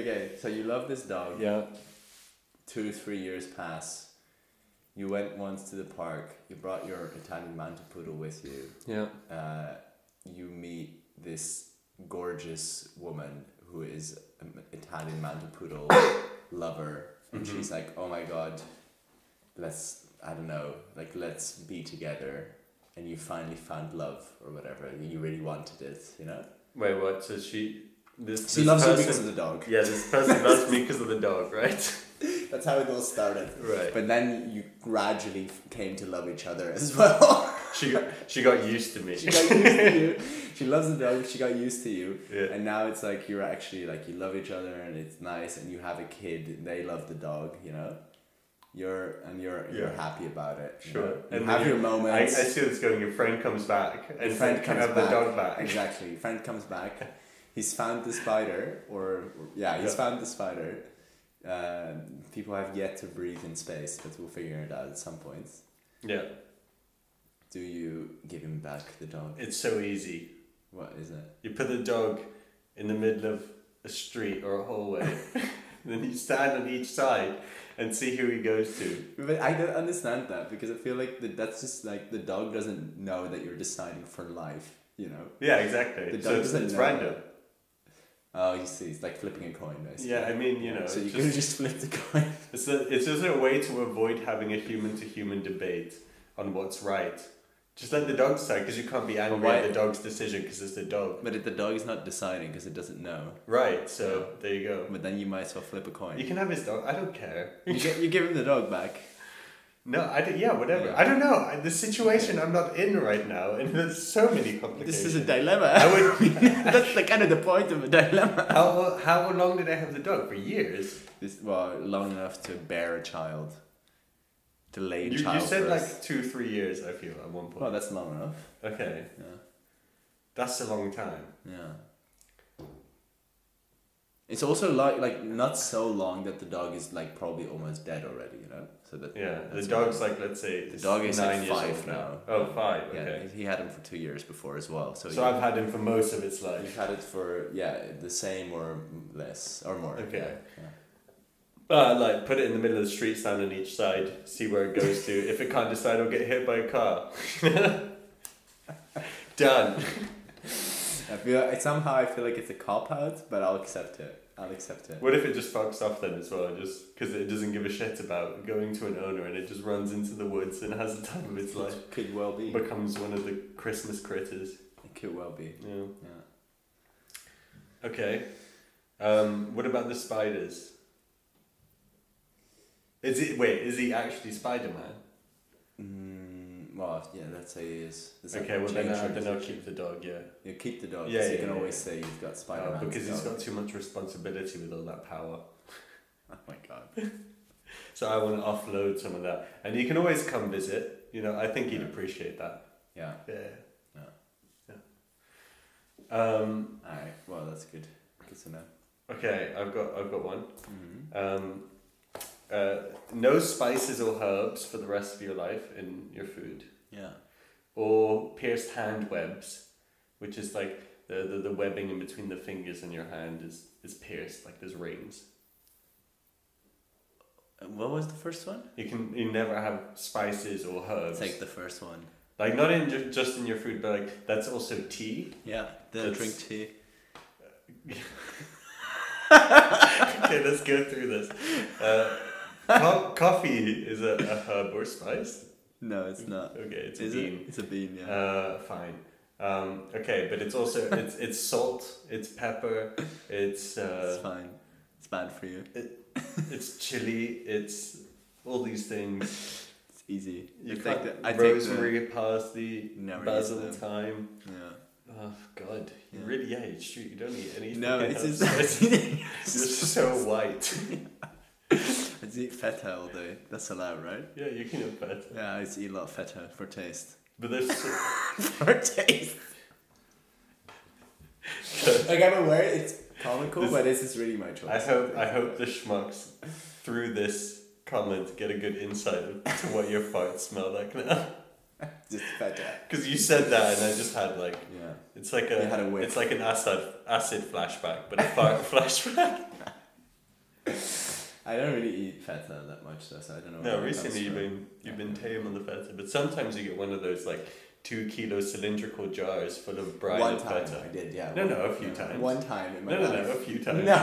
Speaker 2: Okay, so you love this dog.
Speaker 3: Yeah.
Speaker 2: Two, three years pass. You went once to the park. You brought your Italian Mountain Poodle with you.
Speaker 3: Yeah.
Speaker 2: Uh, you meet this gorgeous woman who is an Italian Mountain Poodle (coughs) lover, and
Speaker 3: Mm-hmm.
Speaker 2: she's like, "Oh my god, let's I don't know, like let's be together." And you finally found love or whatever, and you really wanted it, you know.
Speaker 3: Wait, what? So she. This,
Speaker 2: She
Speaker 3: this
Speaker 2: loves you
Speaker 3: person,
Speaker 2: because of the dog.
Speaker 3: Yeah, this person loves me because of the dog, right?
Speaker 2: That's how it all started.
Speaker 3: Right.
Speaker 2: But then you gradually f- came to love each other as well. (laughs)
Speaker 3: She got, she got used to me.
Speaker 2: she got used to you. She loves the dog. She got used to you.
Speaker 3: Yeah.
Speaker 2: And now it's like you're actually like you love each other and it's nice and you have a kid and they love the dog. You know, you're and you're you're
Speaker 3: Yeah.
Speaker 2: happy about it. you know?
Speaker 3: Sure.
Speaker 2: You
Speaker 3: then
Speaker 2: have
Speaker 3: you-
Speaker 2: your
Speaker 3: I, I
Speaker 2: moments.
Speaker 3: see what's going. Your friend comes back and
Speaker 2: Your
Speaker 3: friend can have the dog back.
Speaker 2: (laughs) Exactly. Friend comes back. He's found the spider, or yeah, he's
Speaker 3: Yeah.
Speaker 2: found the spider. Um, people have yet to breathe in space, but we'll figure it out at some point.
Speaker 3: Yeah,
Speaker 2: Do you give him back the dog?
Speaker 3: it's so easy.
Speaker 2: What is it?
Speaker 3: You put the dog in the middle of a street or a hallway, (laughs) then you stand on each side and see who he goes to.
Speaker 2: But I don't understand that because I feel like that that's just like the dog doesn't know that you're deciding for life, you know?
Speaker 3: Yeah, exactly.
Speaker 2: The dog
Speaker 3: so it's,
Speaker 2: doesn't
Speaker 3: it's
Speaker 2: know.
Speaker 3: random.
Speaker 2: Oh, you see, it's like flipping a coin, basically.
Speaker 3: Yeah, I mean, you know,
Speaker 2: so you
Speaker 3: it's,
Speaker 2: could have
Speaker 3: just,
Speaker 2: (laughs) just flipped the coin.
Speaker 3: it's, a, it's just a way to avoid having a human to human debate on what's right. Just let the dog decide because you can't be angry
Speaker 2: why-
Speaker 3: at the dog's decision because it's the dog.
Speaker 2: But if the dog is not deciding because it doesn't know,
Speaker 3: Right, so there you go.
Speaker 2: but then you might as well flip a coin.
Speaker 3: You can have his dog. I don't care.
Speaker 2: You, gi- you give him the dog back.
Speaker 3: (laughs) No, I don't, yeah, whatever.
Speaker 2: Yeah.
Speaker 3: I don't know. I- The situation I'm not in right now, and (laughs) there's so many complications.
Speaker 2: This is a dilemma.
Speaker 3: I would.
Speaker 2: (laughs) That's the kind of the point of a dilemma.
Speaker 3: How how long did I have the dog for years?
Speaker 2: This well, long enough to bear a child, to lay a
Speaker 3: You, you
Speaker 2: child.
Speaker 3: said
Speaker 2: first.
Speaker 3: like two three years. I feel at one
Speaker 2: Well,
Speaker 3: point.
Speaker 2: that's long enough.
Speaker 3: Okay,
Speaker 2: Yeah.
Speaker 3: that's a long time.
Speaker 2: Yeah. It's also like like not so long that the dog is like probably almost dead already, you know. So that
Speaker 3: Yeah, the
Speaker 2: that's
Speaker 3: dog's like let's say
Speaker 2: The dog is, like,
Speaker 3: nine years
Speaker 2: five
Speaker 3: old
Speaker 2: now.
Speaker 3: Oh, five.
Speaker 2: why- yeah.
Speaker 3: Okay.
Speaker 2: He had him for two years before as well, so, you,
Speaker 3: So, I've had him for most of its
Speaker 2: you
Speaker 3: life.
Speaker 2: had it for yeah the same or less or more.
Speaker 3: Okay.
Speaker 2: yeah.
Speaker 3: Uh, like put it in the middle of the street, stand on each side, see where it goes to. if it can't decide, I'll get hit by a car. (laughs) Done.
Speaker 2: I feel somehow I feel like it's a cop out, but I'll accept it. I'll accept it.
Speaker 3: What if it just fucks off then as well? Just because it doesn't give a shit about going to an owner and it just runs into the woods and has the time of its life.
Speaker 2: Could well be.
Speaker 3: Becomes one of the Christmas critters.
Speaker 2: It could well be.
Speaker 3: Yeah.
Speaker 2: Yeah.
Speaker 3: Okay. Um, what about the spiders? Is it wait? Is he actually Spider Man?
Speaker 2: Mm, well, yeah, let's say it is. Does that
Speaker 3: Okay, well then,
Speaker 2: change
Speaker 3: I,
Speaker 2: your
Speaker 3: then I'll
Speaker 2: decision?
Speaker 3: keep the dog. Yeah.
Speaker 2: You keep the dog,
Speaker 3: Yeah,
Speaker 2: so you
Speaker 3: yeah,
Speaker 2: can
Speaker 3: yeah,
Speaker 2: always
Speaker 3: yeah.
Speaker 2: say you've got Spider
Speaker 3: Uh,
Speaker 2: Man.
Speaker 3: because he's got too much responsibility with all that power.
Speaker 2: (laughs) Oh my god.
Speaker 3: So I want to offload some of that, and he can always come visit. You know, I think he'd appreciate that.
Speaker 2: Yeah.
Speaker 3: Yeah.
Speaker 2: Yeah.
Speaker 3: Yeah. Um,
Speaker 2: All right. Well, that's good. Good to know.
Speaker 3: Okay, I've got I've got one.
Speaker 2: Mm-hmm.
Speaker 3: Um, uh, no spices or herbs for the rest of your life in your food,
Speaker 2: Yeah.
Speaker 3: or pierced hand webs, which is like the, the, the webbing in between the fingers and your hand is, is pierced, like there's rings. Uh,
Speaker 2: And What was the first one?
Speaker 3: You can you never have spices or herbs,
Speaker 2: Take the first one.
Speaker 3: like not in ju- just in your food, but like that's also tea. (laughs)
Speaker 2: Yeah. Then
Speaker 3: That's-
Speaker 2: drink tea.
Speaker 3: okay, let's go through this. Uh, co- coffee is a, a herb or spice.
Speaker 2: No, it's not.
Speaker 3: Okay, Mm. it's
Speaker 2: Is
Speaker 3: a bean.
Speaker 2: it? It's a bean. Yeah.
Speaker 3: Uh, fine. Um, okay, but it's also it's it's salt, it's pepper, it's
Speaker 2: it's
Speaker 3: uh,
Speaker 2: fine. It's bad for you.
Speaker 3: it's chili, it's all these things.
Speaker 2: It's easy.
Speaker 3: You
Speaker 2: I
Speaker 3: cut
Speaker 2: take the. I
Speaker 3: rosemary, parsley,
Speaker 2: Take the, never
Speaker 3: basil,
Speaker 2: use them.
Speaker 3: thyme.
Speaker 2: Yeah.
Speaker 3: Oh God, you
Speaker 2: Yeah.
Speaker 3: really yeah, you, shoot, you don't eat any. (laughs)
Speaker 2: No,
Speaker 3: fucking
Speaker 2: it's just.
Speaker 3: herbs. You're
Speaker 2: it's
Speaker 3: so white. (laughs)
Speaker 2: I just eat feta all day. That's allowed, right?
Speaker 3: Yeah, you can have that.
Speaker 2: Yeah, I just eat a lot of feta for taste.
Speaker 3: But there's
Speaker 2: (laughs)
Speaker 3: so-
Speaker 2: for
Speaker 3: (laughs)
Speaker 2: taste. like I'm aware it's comical,
Speaker 3: This-
Speaker 2: but this is really my choice.
Speaker 3: I hope I hope the schmucks through this comment get a good insight into what your farts smell like now. (laughs)
Speaker 2: just feta.
Speaker 3: Because you said that, and I just had like
Speaker 2: Yeah.
Speaker 3: it's like
Speaker 2: You had a
Speaker 3: a,
Speaker 2: whiff.
Speaker 3: it's like an acid acid flashback, but a fart (laughs) flashback.
Speaker 2: (laughs) I don't really eat feta that much, though, so I don't know.
Speaker 3: No,
Speaker 2: where it comes
Speaker 3: recently you've
Speaker 2: from.
Speaker 3: been you've been tame on the feta, but sometimes you get one of those like two kilo cylindrical jars full of brine
Speaker 2: One
Speaker 3: of
Speaker 2: time I
Speaker 3: feta.
Speaker 2: did, yeah.
Speaker 3: No,
Speaker 2: one-
Speaker 3: no, a few
Speaker 2: yeah.
Speaker 3: times.
Speaker 2: One time in my
Speaker 3: No, no,
Speaker 2: life.
Speaker 3: no, a few
Speaker 2: (laughs)
Speaker 3: times. (laughs)
Speaker 2: No,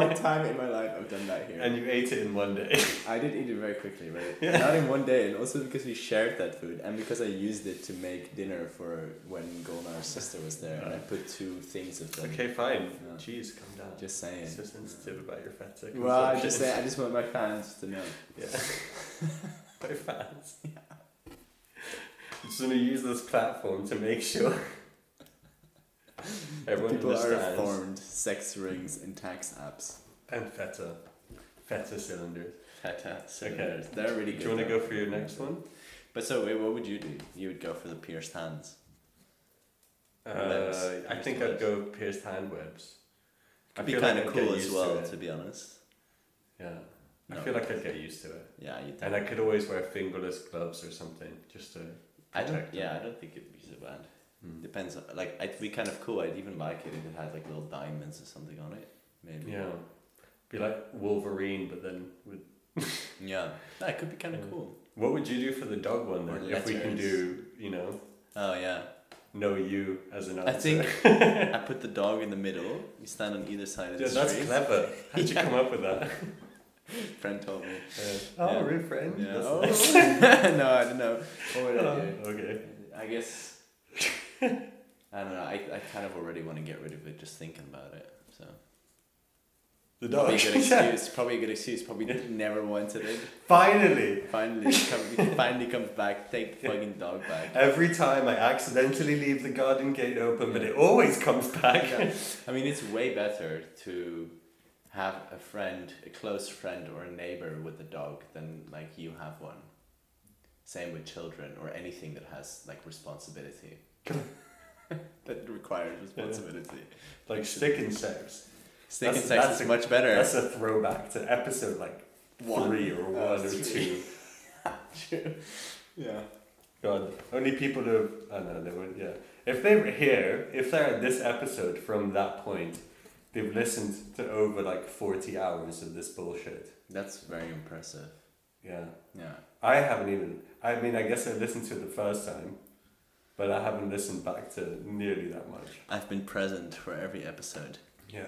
Speaker 2: one time in my life I've done that here.
Speaker 3: And you ate it in one day. (laughs)
Speaker 2: I did eat it very quickly, right?
Speaker 3: Yeah.
Speaker 2: Not in one day, and also because we shared that food, and because I used it to make dinner for when Golnar's sister was there, and I put two things of them.
Speaker 3: Uh-huh. okay, fine.
Speaker 2: Yeah.
Speaker 3: Jeez, come down.
Speaker 2: Just saying.
Speaker 3: It's so sensitive about your feta.
Speaker 2: Well, I just
Speaker 3: consumption.
Speaker 2: say I just want my fans to know.
Speaker 3: (laughs) Yeah. (laughs) By fans. I'm just gonna use this platform to make
Speaker 2: (laughs)
Speaker 3: sure everyone
Speaker 2: People are
Speaker 3: understands.
Speaker 2: informed. Sex rings and tax apps.
Speaker 3: and feta, feta cylinders.
Speaker 2: Feta.
Speaker 3: cylinders.
Speaker 2: They're really
Speaker 3: Do
Speaker 2: good.
Speaker 3: you want to
Speaker 2: though.
Speaker 3: go for your next one?
Speaker 2: But so, wait, what would you do? You would go for the pierced hands. Lips.
Speaker 3: Uh, I
Speaker 2: Pierced
Speaker 3: think I'd
Speaker 2: lips.
Speaker 3: go pierced hand webs.
Speaker 2: It'd be kind of
Speaker 3: I'd get
Speaker 2: cool as
Speaker 3: used to
Speaker 2: well,
Speaker 3: it.
Speaker 2: to, be honest.
Speaker 3: yeah,
Speaker 2: No.
Speaker 3: I feel like I'd get used to it,
Speaker 2: Yeah, you
Speaker 3: and I could always wear fingerless gloves or something just to.
Speaker 2: I don't.
Speaker 3: protect
Speaker 2: Yeah, I
Speaker 3: them.
Speaker 2: don't think it'd be so bad.
Speaker 3: Mm.
Speaker 2: Depends. On, like, it'd be kind of cool. I'd even like it if it had like little diamonds or something on it. Maybe.
Speaker 3: Yeah, be like Wolverine, but then with
Speaker 2: Yeah. That could be kind of
Speaker 3: Yeah.
Speaker 2: cool.
Speaker 3: What would you do for the dog one then?
Speaker 2: Or
Speaker 3: If we can
Speaker 2: letters.
Speaker 3: do, you know,
Speaker 2: Oh yeah.
Speaker 3: know you as an answer.
Speaker 2: I think I put the dog in the middle. You stand on either side of
Speaker 3: Yeah,
Speaker 2: the
Speaker 3: that's
Speaker 2: street.
Speaker 3: clever. How'd you
Speaker 2: Yeah.
Speaker 3: come up with (laughs) that?
Speaker 2: Friend told me.
Speaker 3: oh,
Speaker 2: Yeah.
Speaker 3: real friend.
Speaker 2: Yeah.
Speaker 3: (laughs)
Speaker 2: (laughs)
Speaker 3: That's
Speaker 2: Oh.
Speaker 3: nice.
Speaker 2: no, I don't know. What would I do?
Speaker 3: okay.
Speaker 2: I I guess. (laughs) I don't know. I, I kind of already want to get rid of it just thinking about it. So
Speaker 3: The
Speaker 2: probably
Speaker 3: dog. (laughs)
Speaker 2: a good excuse. Probably a good excuse. Probably (laughs) never wanted it.
Speaker 3: Finally,
Speaker 2: Finally, come, (laughs) finally comes back. Take the fucking dog back.
Speaker 3: (laughs) every time I accidentally leave the garden gate open, but
Speaker 2: Yeah.
Speaker 3: it always comes back.
Speaker 2: Yeah. I mean, it's way better to have a friend, a close friend, or a neighbor with a dog than like you have one. Same with children or anything that has like
Speaker 3: (laughs)
Speaker 2: responsibility. (laughs) that requires responsibility.
Speaker 3: (laughs) Like stick insects.
Speaker 2: Stick and
Speaker 3: That's-
Speaker 2: sex
Speaker 3: that's
Speaker 2: is
Speaker 3: a-
Speaker 2: much better.
Speaker 3: That's a throwback to episode like
Speaker 2: One.
Speaker 3: three or
Speaker 2: Uh,
Speaker 3: one or
Speaker 2: three.
Speaker 3: two.
Speaker 2: (laughs) yeah.
Speaker 3: God, only people who I know they would yeah. If they were here, if they're at this episode from that point, they've listened to over like forty hours of this bullshit.
Speaker 2: That's very impressive.
Speaker 3: Yeah.
Speaker 2: Yeah.
Speaker 3: I haven't even. I mean, I guess I listened to it the first time, but I haven't listened back to nearly that much.
Speaker 2: I've been present for every episode.
Speaker 3: Yeah.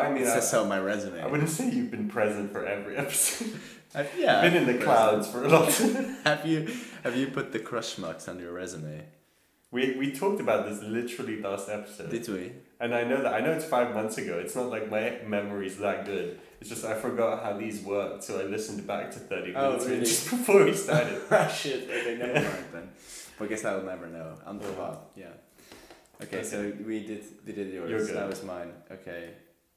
Speaker 2: (laughs)
Speaker 3: I mean,
Speaker 2: This
Speaker 3: I,
Speaker 2: is so my resume.
Speaker 3: I wouldn't say you've been present for every episode.
Speaker 2: I've, yeah.
Speaker 3: been in
Speaker 2: present.
Speaker 3: the clouds for a lot.
Speaker 2: Have you have you put the crush marks on your resume?
Speaker 3: we we talked about this literally last episode,
Speaker 2: Did we?
Speaker 3: and I know that I know it's five months ago. It's not like my memory's that good. It's just I forgot how these worked, so I listened back to thirty
Speaker 2: Oh,
Speaker 3: minutes
Speaker 2: really?
Speaker 3: just (laughs) before
Speaker 2: (laughs)
Speaker 3: we started.
Speaker 2: Ah, Shit, okay,
Speaker 3: (laughs)
Speaker 2: never mind then. But I guess I'll never know. I'm the
Speaker 3: Yeah.
Speaker 2: hot, yeah. Okay, so we did we did yours.
Speaker 3: You're good.
Speaker 2: That was mine. Okay.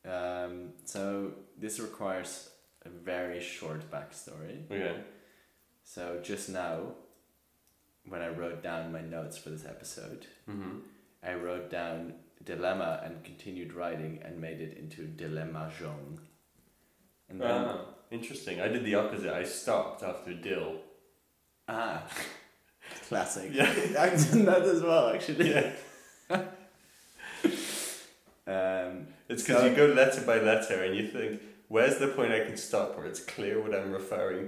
Speaker 2: Um, so this requires a very short backstory.
Speaker 3: Okay.
Speaker 2: So just now, when I wrote down my notes for this episode,
Speaker 3: Mm-hmm.
Speaker 2: I wrote down dilemma and continued writing and made it into dilemma jong. And then
Speaker 3: Ah, interesting. I did the opposite. I stopped after dill.
Speaker 2: ah, (laughs) classic.
Speaker 3: Yeah.
Speaker 2: (laughs) I've done that as well actually.
Speaker 3: Yeah.
Speaker 2: Um,
Speaker 3: (laughs) It's because
Speaker 2: So-
Speaker 3: you go letter by letter and you think, where's the point I can stop where it's clear what I'm referring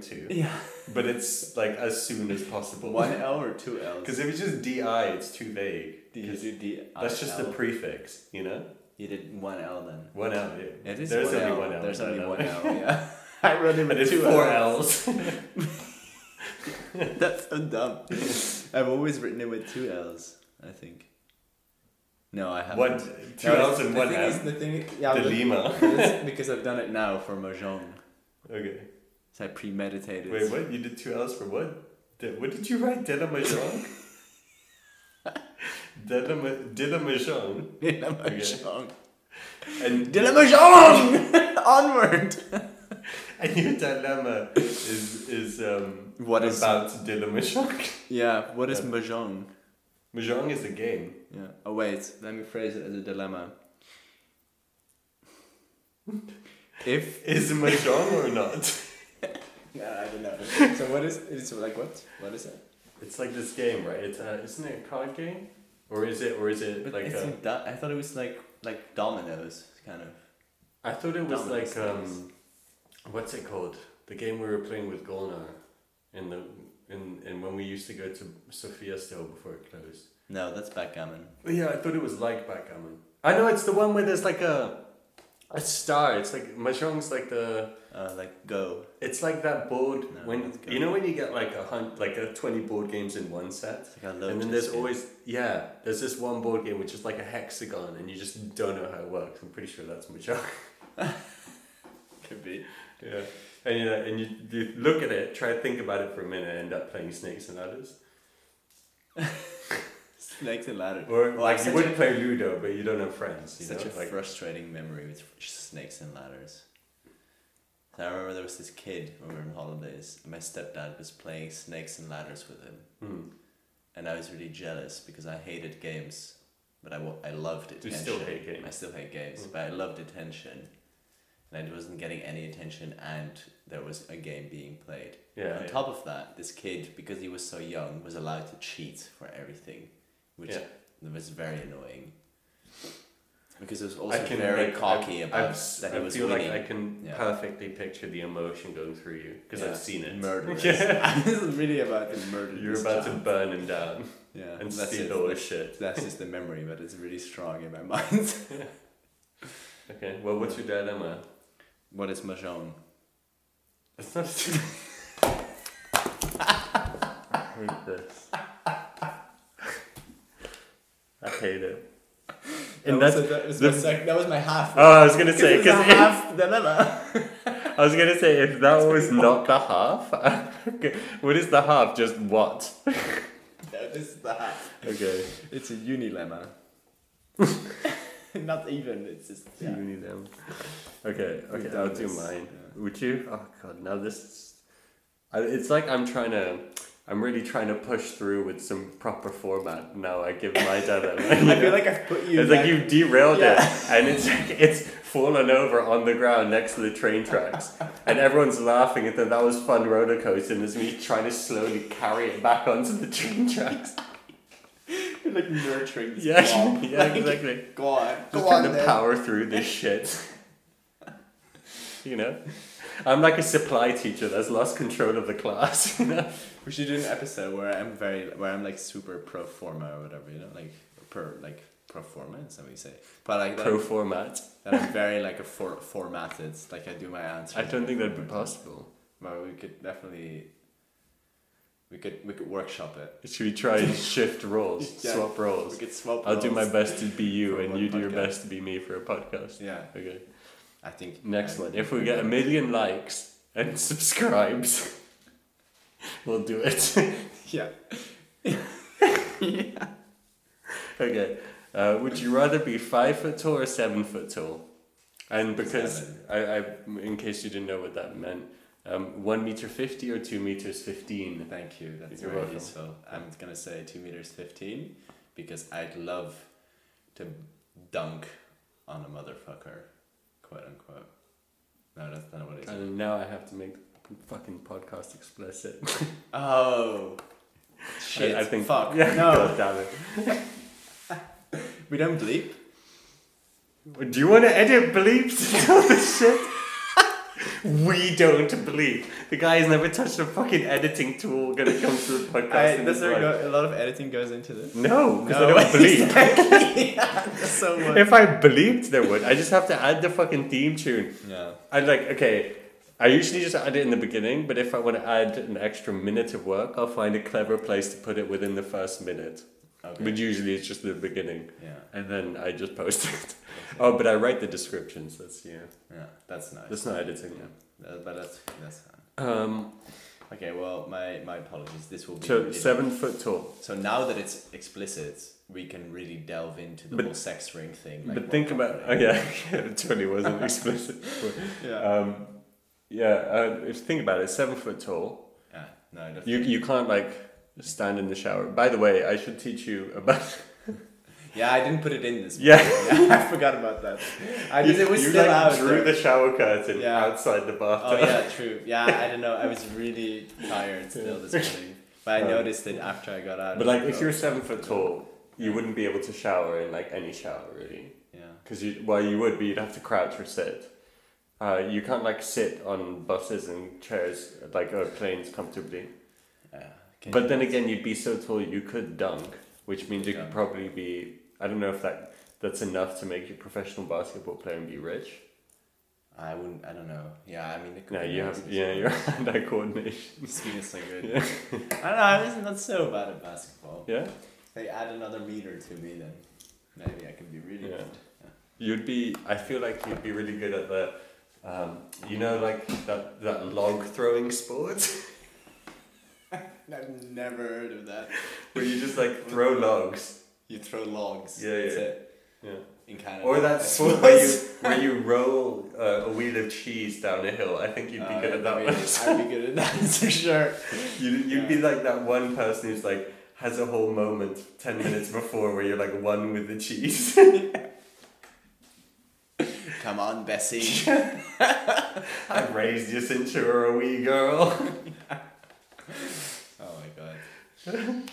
Speaker 2: (laughs)
Speaker 3: to?
Speaker 2: yeah.
Speaker 3: But it's like as soon as possible. (laughs)
Speaker 2: One L or two (laughs) L's.
Speaker 3: Because if it's just DI, it's too vague.
Speaker 2: Did you
Speaker 3: 'Cause
Speaker 2: do D?
Speaker 3: That's just the
Speaker 2: L?
Speaker 3: prefix, you know?
Speaker 2: You did one L then.
Speaker 3: One L. yeah.
Speaker 2: It is
Speaker 3: There's
Speaker 2: one
Speaker 3: only
Speaker 2: L.
Speaker 3: one L.
Speaker 2: There's
Speaker 3: I
Speaker 2: (laughs) only
Speaker 3: know.
Speaker 2: one L. Yeah. I wrote him
Speaker 3: But
Speaker 2: in
Speaker 3: it's
Speaker 2: two
Speaker 3: four
Speaker 2: L's.
Speaker 3: L's.
Speaker 2: (laughs) That's so dumb. I've always written it with two L's. I think. No, I haven't.
Speaker 3: (laughs) one, two
Speaker 2: No, it's-
Speaker 3: L's and
Speaker 2: the
Speaker 3: one
Speaker 2: thing
Speaker 3: M.
Speaker 2: is- the thing, yeah,
Speaker 3: the
Speaker 2: but-
Speaker 3: Lima.
Speaker 2: (laughs) it's because I've done it now for mahjong.
Speaker 3: Okay.
Speaker 2: So I premeditated. (laughs)
Speaker 3: Wait, what? You did two L's for what? Di- What did you write? Della
Speaker 2: (laughs)
Speaker 3: Mahjong? Della Ma- Della Mahjong.
Speaker 2: Dilla mahjong.
Speaker 3: And
Speaker 2: Dilla mahjong. (laughs) Onward.
Speaker 3: (laughs) And your dilemma is is um
Speaker 2: What is-
Speaker 3: about Dilla (laughs) Mahjong.
Speaker 2: Yeah. What is
Speaker 3: Yeah.
Speaker 2: mahjong?
Speaker 3: Mahjong is a game.
Speaker 2: Yeah. Oh wait, let me phrase it as a
Speaker 3: (laughs)
Speaker 2: dilemma. if
Speaker 3: Is it Mahjong
Speaker 2: (laughs)
Speaker 3: or not?
Speaker 2: no, I don't know. (laughs) So what is it's like what? What is it?
Speaker 3: It's like this game, right? It's a, isn't it a card game? Or is it or is it
Speaker 2: But
Speaker 3: like uh,
Speaker 2: it's
Speaker 3: a,
Speaker 2: in do- I thought it was like like dominoes kind of.
Speaker 3: I thought it was
Speaker 2: Domino's
Speaker 3: like um what's it called? The game we were playing with Golnar in the in, in when we used to go to Sophia still before it closed.
Speaker 2: No, that's backgammon.
Speaker 3: Yeah, I thought it was like backgammon. I know it's the one where there's like a a star. It's like Mahjong's like the
Speaker 2: Uh, like go.
Speaker 3: It's like that board
Speaker 2: No,
Speaker 3: when
Speaker 2: that's good.
Speaker 3: you know when you get like a hunt like a twenty board games in one set,
Speaker 2: It's like a
Speaker 3: and
Speaker 2: lotus,
Speaker 3: then there's
Speaker 2: yeah.
Speaker 3: always yeah there's this one board game which is like a hexagon, and you just don't know how it works. I'm pretty sure that's Mahjong.
Speaker 2: (laughs) Could be.
Speaker 3: yeah, and you know, and you, you look at it, try to think about it for a minute, and end up playing snakes and ladders,
Speaker 2: Snakes and ladder.
Speaker 3: or
Speaker 2: Well,
Speaker 3: like
Speaker 2: such
Speaker 3: you would play Ludo, but you don't have friends.
Speaker 2: a,
Speaker 3: You
Speaker 2: such
Speaker 3: know,
Speaker 2: a
Speaker 3: like
Speaker 2: frustrating memory with f- snakes and ladders. So I remember there was this kid when we were on holidays, and my stepdad was playing snakes and ladders with him.
Speaker 3: hmm.
Speaker 2: and I was really jealous because I hated games, but I, wa- I loved
Speaker 3: You
Speaker 2: attention.
Speaker 3: still hate games.
Speaker 2: I still hate games,
Speaker 3: Mm.
Speaker 2: but I loved attention, and I wasn't getting any attention, and there was a game being played.
Speaker 3: yeah,
Speaker 2: On
Speaker 3: yeah.
Speaker 2: top of that, this kid, because he was so young, was allowed to cheat for everything, which
Speaker 3: Yeah.
Speaker 2: was very annoying. Because it was
Speaker 3: I
Speaker 2: also
Speaker 3: can
Speaker 2: very
Speaker 3: like,
Speaker 2: cocky
Speaker 3: I,
Speaker 2: about
Speaker 3: I've s-
Speaker 2: that
Speaker 3: I
Speaker 2: he was
Speaker 3: feel
Speaker 2: winning.
Speaker 3: like I can
Speaker 2: Yeah.
Speaker 3: perfectly picture the emotion going through you because
Speaker 2: Yeah.
Speaker 3: I've seen it.
Speaker 2: Murderous.
Speaker 3: (laughs) Yeah.
Speaker 2: (laughs) I was really about to murder
Speaker 3: You're
Speaker 2: this
Speaker 3: about to
Speaker 2: child.
Speaker 3: burn him down
Speaker 2: yeah,
Speaker 3: and
Speaker 2: that's
Speaker 3: steal
Speaker 2: it.
Speaker 3: all his shit.
Speaker 2: That's just the memory, but it's really strong in my (laughs) mind.
Speaker 3: Okay, well, what's your dilemma?
Speaker 2: what is mahjong?
Speaker 3: (laughs) It's not. I hate this. Kato.
Speaker 2: That
Speaker 3: And
Speaker 2: was,
Speaker 3: that's
Speaker 2: a- that, was
Speaker 3: the-
Speaker 2: my sec- that was my half.
Speaker 3: oh, I was gonna say
Speaker 2: It's a
Speaker 3: because
Speaker 2: half dilemma. (laughs)
Speaker 3: I was gonna say if that was not the half, (laughs) okay, what is the half? Just what?
Speaker 2: no, this is the half.
Speaker 3: Okay,
Speaker 2: It's a unilemma. Not even. It's just. Yeah.
Speaker 3: you need them. Okay,
Speaker 2: We've
Speaker 3: okay,
Speaker 2: done
Speaker 3: I'll do
Speaker 2: this,
Speaker 3: mine.
Speaker 2: yeah.
Speaker 3: Would you? Oh god, now this. is- I, it's like I'm trying to. I'm really trying to push through with some proper format. Now I give my dilemma.
Speaker 2: (laughs)
Speaker 3: you (laughs)
Speaker 2: I
Speaker 3: know?
Speaker 2: feel like I've put you.
Speaker 3: It's like
Speaker 2: back-
Speaker 3: you've derailed
Speaker 2: Yeah.
Speaker 3: it, (laughs) and it's like it's fallen over on the ground next to the train tracks, and everyone's laughing at that. That was fun roller coaster, and it's me trying to slowly carry it back onto the train
Speaker 4: (laughs)
Speaker 3: tracks.
Speaker 4: You're like
Speaker 2: (laughs)
Speaker 4: nurturing this
Speaker 3: Yeah,
Speaker 4: blob.
Speaker 3: yeah,
Speaker 4: Like,
Speaker 3: exactly.
Speaker 4: Go on.
Speaker 3: Just
Speaker 4: Go on.
Speaker 3: trying to
Speaker 4: Then.
Speaker 3: power through this shit. you know, I'm like a supply teacher that's lost control of the class. (laughs) You know,
Speaker 2: We should do an episode where I'm very where I'm like super pro forma or whatever you know like per like pro forma is that what you say but like that,
Speaker 3: pro format.
Speaker 2: that I'm very like a for, formatted like I do my answer.
Speaker 3: I don't think that'd be possible.
Speaker 2: But we could definitely. We could we could workshop it.
Speaker 3: Should we
Speaker 4: (laughs)
Speaker 3: try and shift roles,
Speaker 2: Yeah.
Speaker 3: swap roles?
Speaker 2: We could swap.
Speaker 3: I'll do my
Speaker 2: roles.
Speaker 3: best to be you,
Speaker 2: For
Speaker 3: and
Speaker 2: one
Speaker 3: you do your
Speaker 2: podcast.
Speaker 3: best to be me for a podcast.
Speaker 2: Yeah,
Speaker 3: Okay.
Speaker 2: I think
Speaker 3: Next one. If we get a million likes and (laughs) subscribes, (laughs) we'll do it.
Speaker 2: (laughs)
Speaker 3: (laughs)
Speaker 2: Yeah.
Speaker 3: okay. Uh, would you rather be five foot tall or seven foot tall? And because
Speaker 2: Seven.
Speaker 3: I, I, in case you didn't know what that meant, um, one meter fifty or two meters fifteen.
Speaker 2: Thank you. That's
Speaker 3: You're
Speaker 2: very
Speaker 3: welcome.
Speaker 2: useful. I'm gonna say two meters fifteen because I'd love to dunk on a motherfucker, quote unquote. No, that's not what it is.
Speaker 3: And now I have to make fucking podcast explicit. (laughs)
Speaker 2: Oh, shit!
Speaker 3: I, I think.
Speaker 2: fuck.
Speaker 3: (laughs) Yeah,
Speaker 2: No,
Speaker 3: God damn it.
Speaker 2: we don't bleep.
Speaker 3: Do you want to edit bleeps and (laughs) all this shit? we don't bleep. The guy has never touched a fucking editing tool when it comes to the podcast.
Speaker 2: I,
Speaker 3: in
Speaker 2: that's
Speaker 3: his life.
Speaker 2: go, a lot of editing goes into this.
Speaker 3: No,
Speaker 2: (laughs)
Speaker 3: because
Speaker 2: No,
Speaker 3: I don't
Speaker 2: (laughs)
Speaker 3: bleep.
Speaker 2: so much.
Speaker 3: if I bleeped, there would. I just have to add the fucking theme tune.
Speaker 2: Yeah.
Speaker 3: I'd like, okay, I usually just add it in the beginning, but if I want to add an extra minute of work, I'll find a clever place to put it within the first minute.
Speaker 2: Okay.
Speaker 3: But usually it's just the beginning.
Speaker 2: yeah.
Speaker 3: And then I just post (laughs) it. oh, but I write the descriptions. That's, yeah.
Speaker 2: Yeah. That's nice.
Speaker 3: That's not editing, yeah.
Speaker 2: Uh, but that's that's fine.
Speaker 3: Um,
Speaker 2: Okay. Well, my my apologies. This will be
Speaker 3: so
Speaker 2: really-
Speaker 3: seven foot tall.
Speaker 2: So now that it's explicit, we can really delve into the
Speaker 3: But-
Speaker 2: whole sex ring thing. like,
Speaker 3: but
Speaker 2: more
Speaker 3: think about oh
Speaker 2: properly.
Speaker 3: yeah, (laughs) it totally wasn't explicit.
Speaker 2: Yeah.
Speaker 3: Um, yeah, uh, if think about it, seven foot tall.
Speaker 2: yeah. No, I don't
Speaker 3: You you can't like stand in the shower. By the way, I should teach you about (laughs)
Speaker 2: Yeah, I didn't put it in this.
Speaker 3: Yeah.
Speaker 2: morning. (laughs) yeah I forgot about that. I just,
Speaker 3: you,
Speaker 2: it was
Speaker 3: you,
Speaker 2: still
Speaker 3: like,
Speaker 2: out.
Speaker 3: drew
Speaker 2: there.
Speaker 3: the shower curtain
Speaker 2: Yeah.
Speaker 3: outside the
Speaker 2: (laughs) oh
Speaker 3: bathtub.
Speaker 2: yeah, true. Yeah, I don't know. I was really tired still this morning, but I
Speaker 3: Um,
Speaker 2: noticed it after I got out.
Speaker 3: But like,
Speaker 2: Oh,
Speaker 3: if you're seven foot tall, you wouldn't be able to shower in like any shower really,
Speaker 2: yeah,
Speaker 3: because you well you would, but you'd have to crouch or sit. Uh, you can't like sit on buses and chairs like or planes comfortably.
Speaker 2: yeah. Can
Speaker 3: But
Speaker 2: you-
Speaker 3: then again, you'd be so tall you could dunk, which means you
Speaker 2: Yeah.
Speaker 3: could probably be. I don't know if that that's enough to make you a professional basketball player and be rich.
Speaker 2: I wouldn't. I don't know. Yeah, I mean, it could
Speaker 3: No,
Speaker 2: be
Speaker 3: you
Speaker 2: nice
Speaker 3: have
Speaker 2: as
Speaker 3: yeah,
Speaker 2: well.
Speaker 3: your (laughs) hand-eye
Speaker 2: (laughs)
Speaker 3: coordination.
Speaker 2: Speaking is so good.
Speaker 3: (laughs) Yeah.
Speaker 2: I don't know. I'm just not so bad at basketball.
Speaker 3: Yeah,
Speaker 2: They add another meter to me, then maybe I can be really
Speaker 3: Yeah.
Speaker 2: good.
Speaker 3: you'd be. I feel like you'd be really good at the, um, you know, like that that log throwing sport (laughs)
Speaker 2: I've never heard of that.
Speaker 3: where you just like throw logs.
Speaker 2: You throw logs.
Speaker 3: Yeah,
Speaker 2: that's
Speaker 3: yeah.
Speaker 2: it.
Speaker 3: Yeah.
Speaker 2: In Canada.
Speaker 3: Or
Speaker 2: I
Speaker 3: (laughs) that sport where you
Speaker 2: suppose.
Speaker 3: where you roll uh, a wheel of cheese down a hill. I think you'd be
Speaker 2: Uh,
Speaker 3: good at that
Speaker 2: I'd
Speaker 3: one. (laughs)
Speaker 2: be- I'd be good at that (laughs) for sure.
Speaker 3: You, you'd be like that one person who's like has a whole moment 10 minutes before where you're like one with the cheese (laughs)
Speaker 2: Come on,
Speaker 3: (laughs)
Speaker 2: Bessie.
Speaker 3: i've raised you since you were a wee girl
Speaker 2: oh my god.
Speaker 3: (laughs)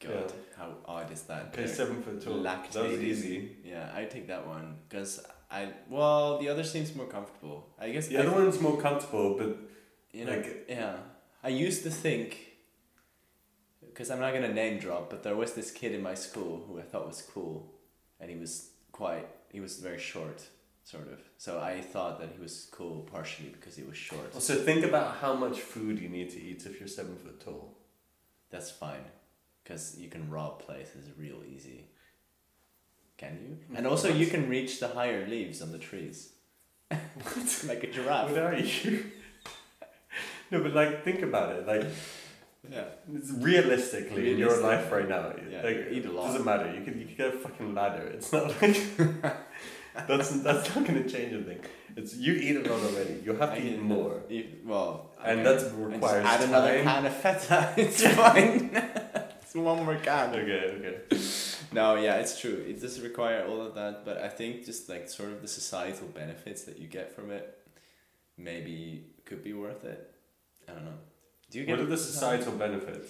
Speaker 2: God,
Speaker 3: Yeah.
Speaker 2: how odd is that?
Speaker 3: okay seven foot tall
Speaker 2: Lactating.
Speaker 3: that was easy
Speaker 2: Yeah, I take that one because I well the other seems more comfortable. I guess
Speaker 3: the
Speaker 2: I-
Speaker 3: other one's more comfortable but
Speaker 2: You know,
Speaker 3: Like-
Speaker 2: yeah. I used to think, because I'm not gonna name drop, but there was this kid in my school who I thought was cool, and he was quite. He was very short, sort of. So I thought that he was cool partially because he was short.
Speaker 3: also think about how much food you need to eat if you're seven foot tall
Speaker 2: That's fine, because you can rob places real easy. Can
Speaker 3: (laughs)
Speaker 2: you? And also, you can reach the higher leaves on the trees. (laughs) like a
Speaker 3: What
Speaker 2: giraffe.
Speaker 3: are you? (laughs) no, but like think about it. Like
Speaker 2: Yeah.
Speaker 3: it's realistically in your
Speaker 2: Realistically.
Speaker 3: life right now,
Speaker 2: Yeah,
Speaker 3: like
Speaker 2: you eat a
Speaker 3: it
Speaker 2: lot.
Speaker 3: doesn't matter. You can you can get a fucking ladder. It's not like (laughs) that's that's not gonna change anything. It's you eat a lot already. You have
Speaker 2: I
Speaker 3: to
Speaker 2: eat a
Speaker 3: eat more.
Speaker 2: You, well,
Speaker 3: And
Speaker 2: okay.
Speaker 3: that's
Speaker 2: And just
Speaker 3: requires
Speaker 2: add another
Speaker 3: time.
Speaker 2: can of feta. (laughs) It's fine. it's one more can.
Speaker 3: Okay,
Speaker 2: No, yeah, it's true. It does require all of that, but I think just like sort of the societal benefits that you get from it, maybe could be worth it. I don't know. Do you
Speaker 3: okay.
Speaker 2: get
Speaker 3: What are the
Speaker 2: (laughs)
Speaker 3: societal benefits?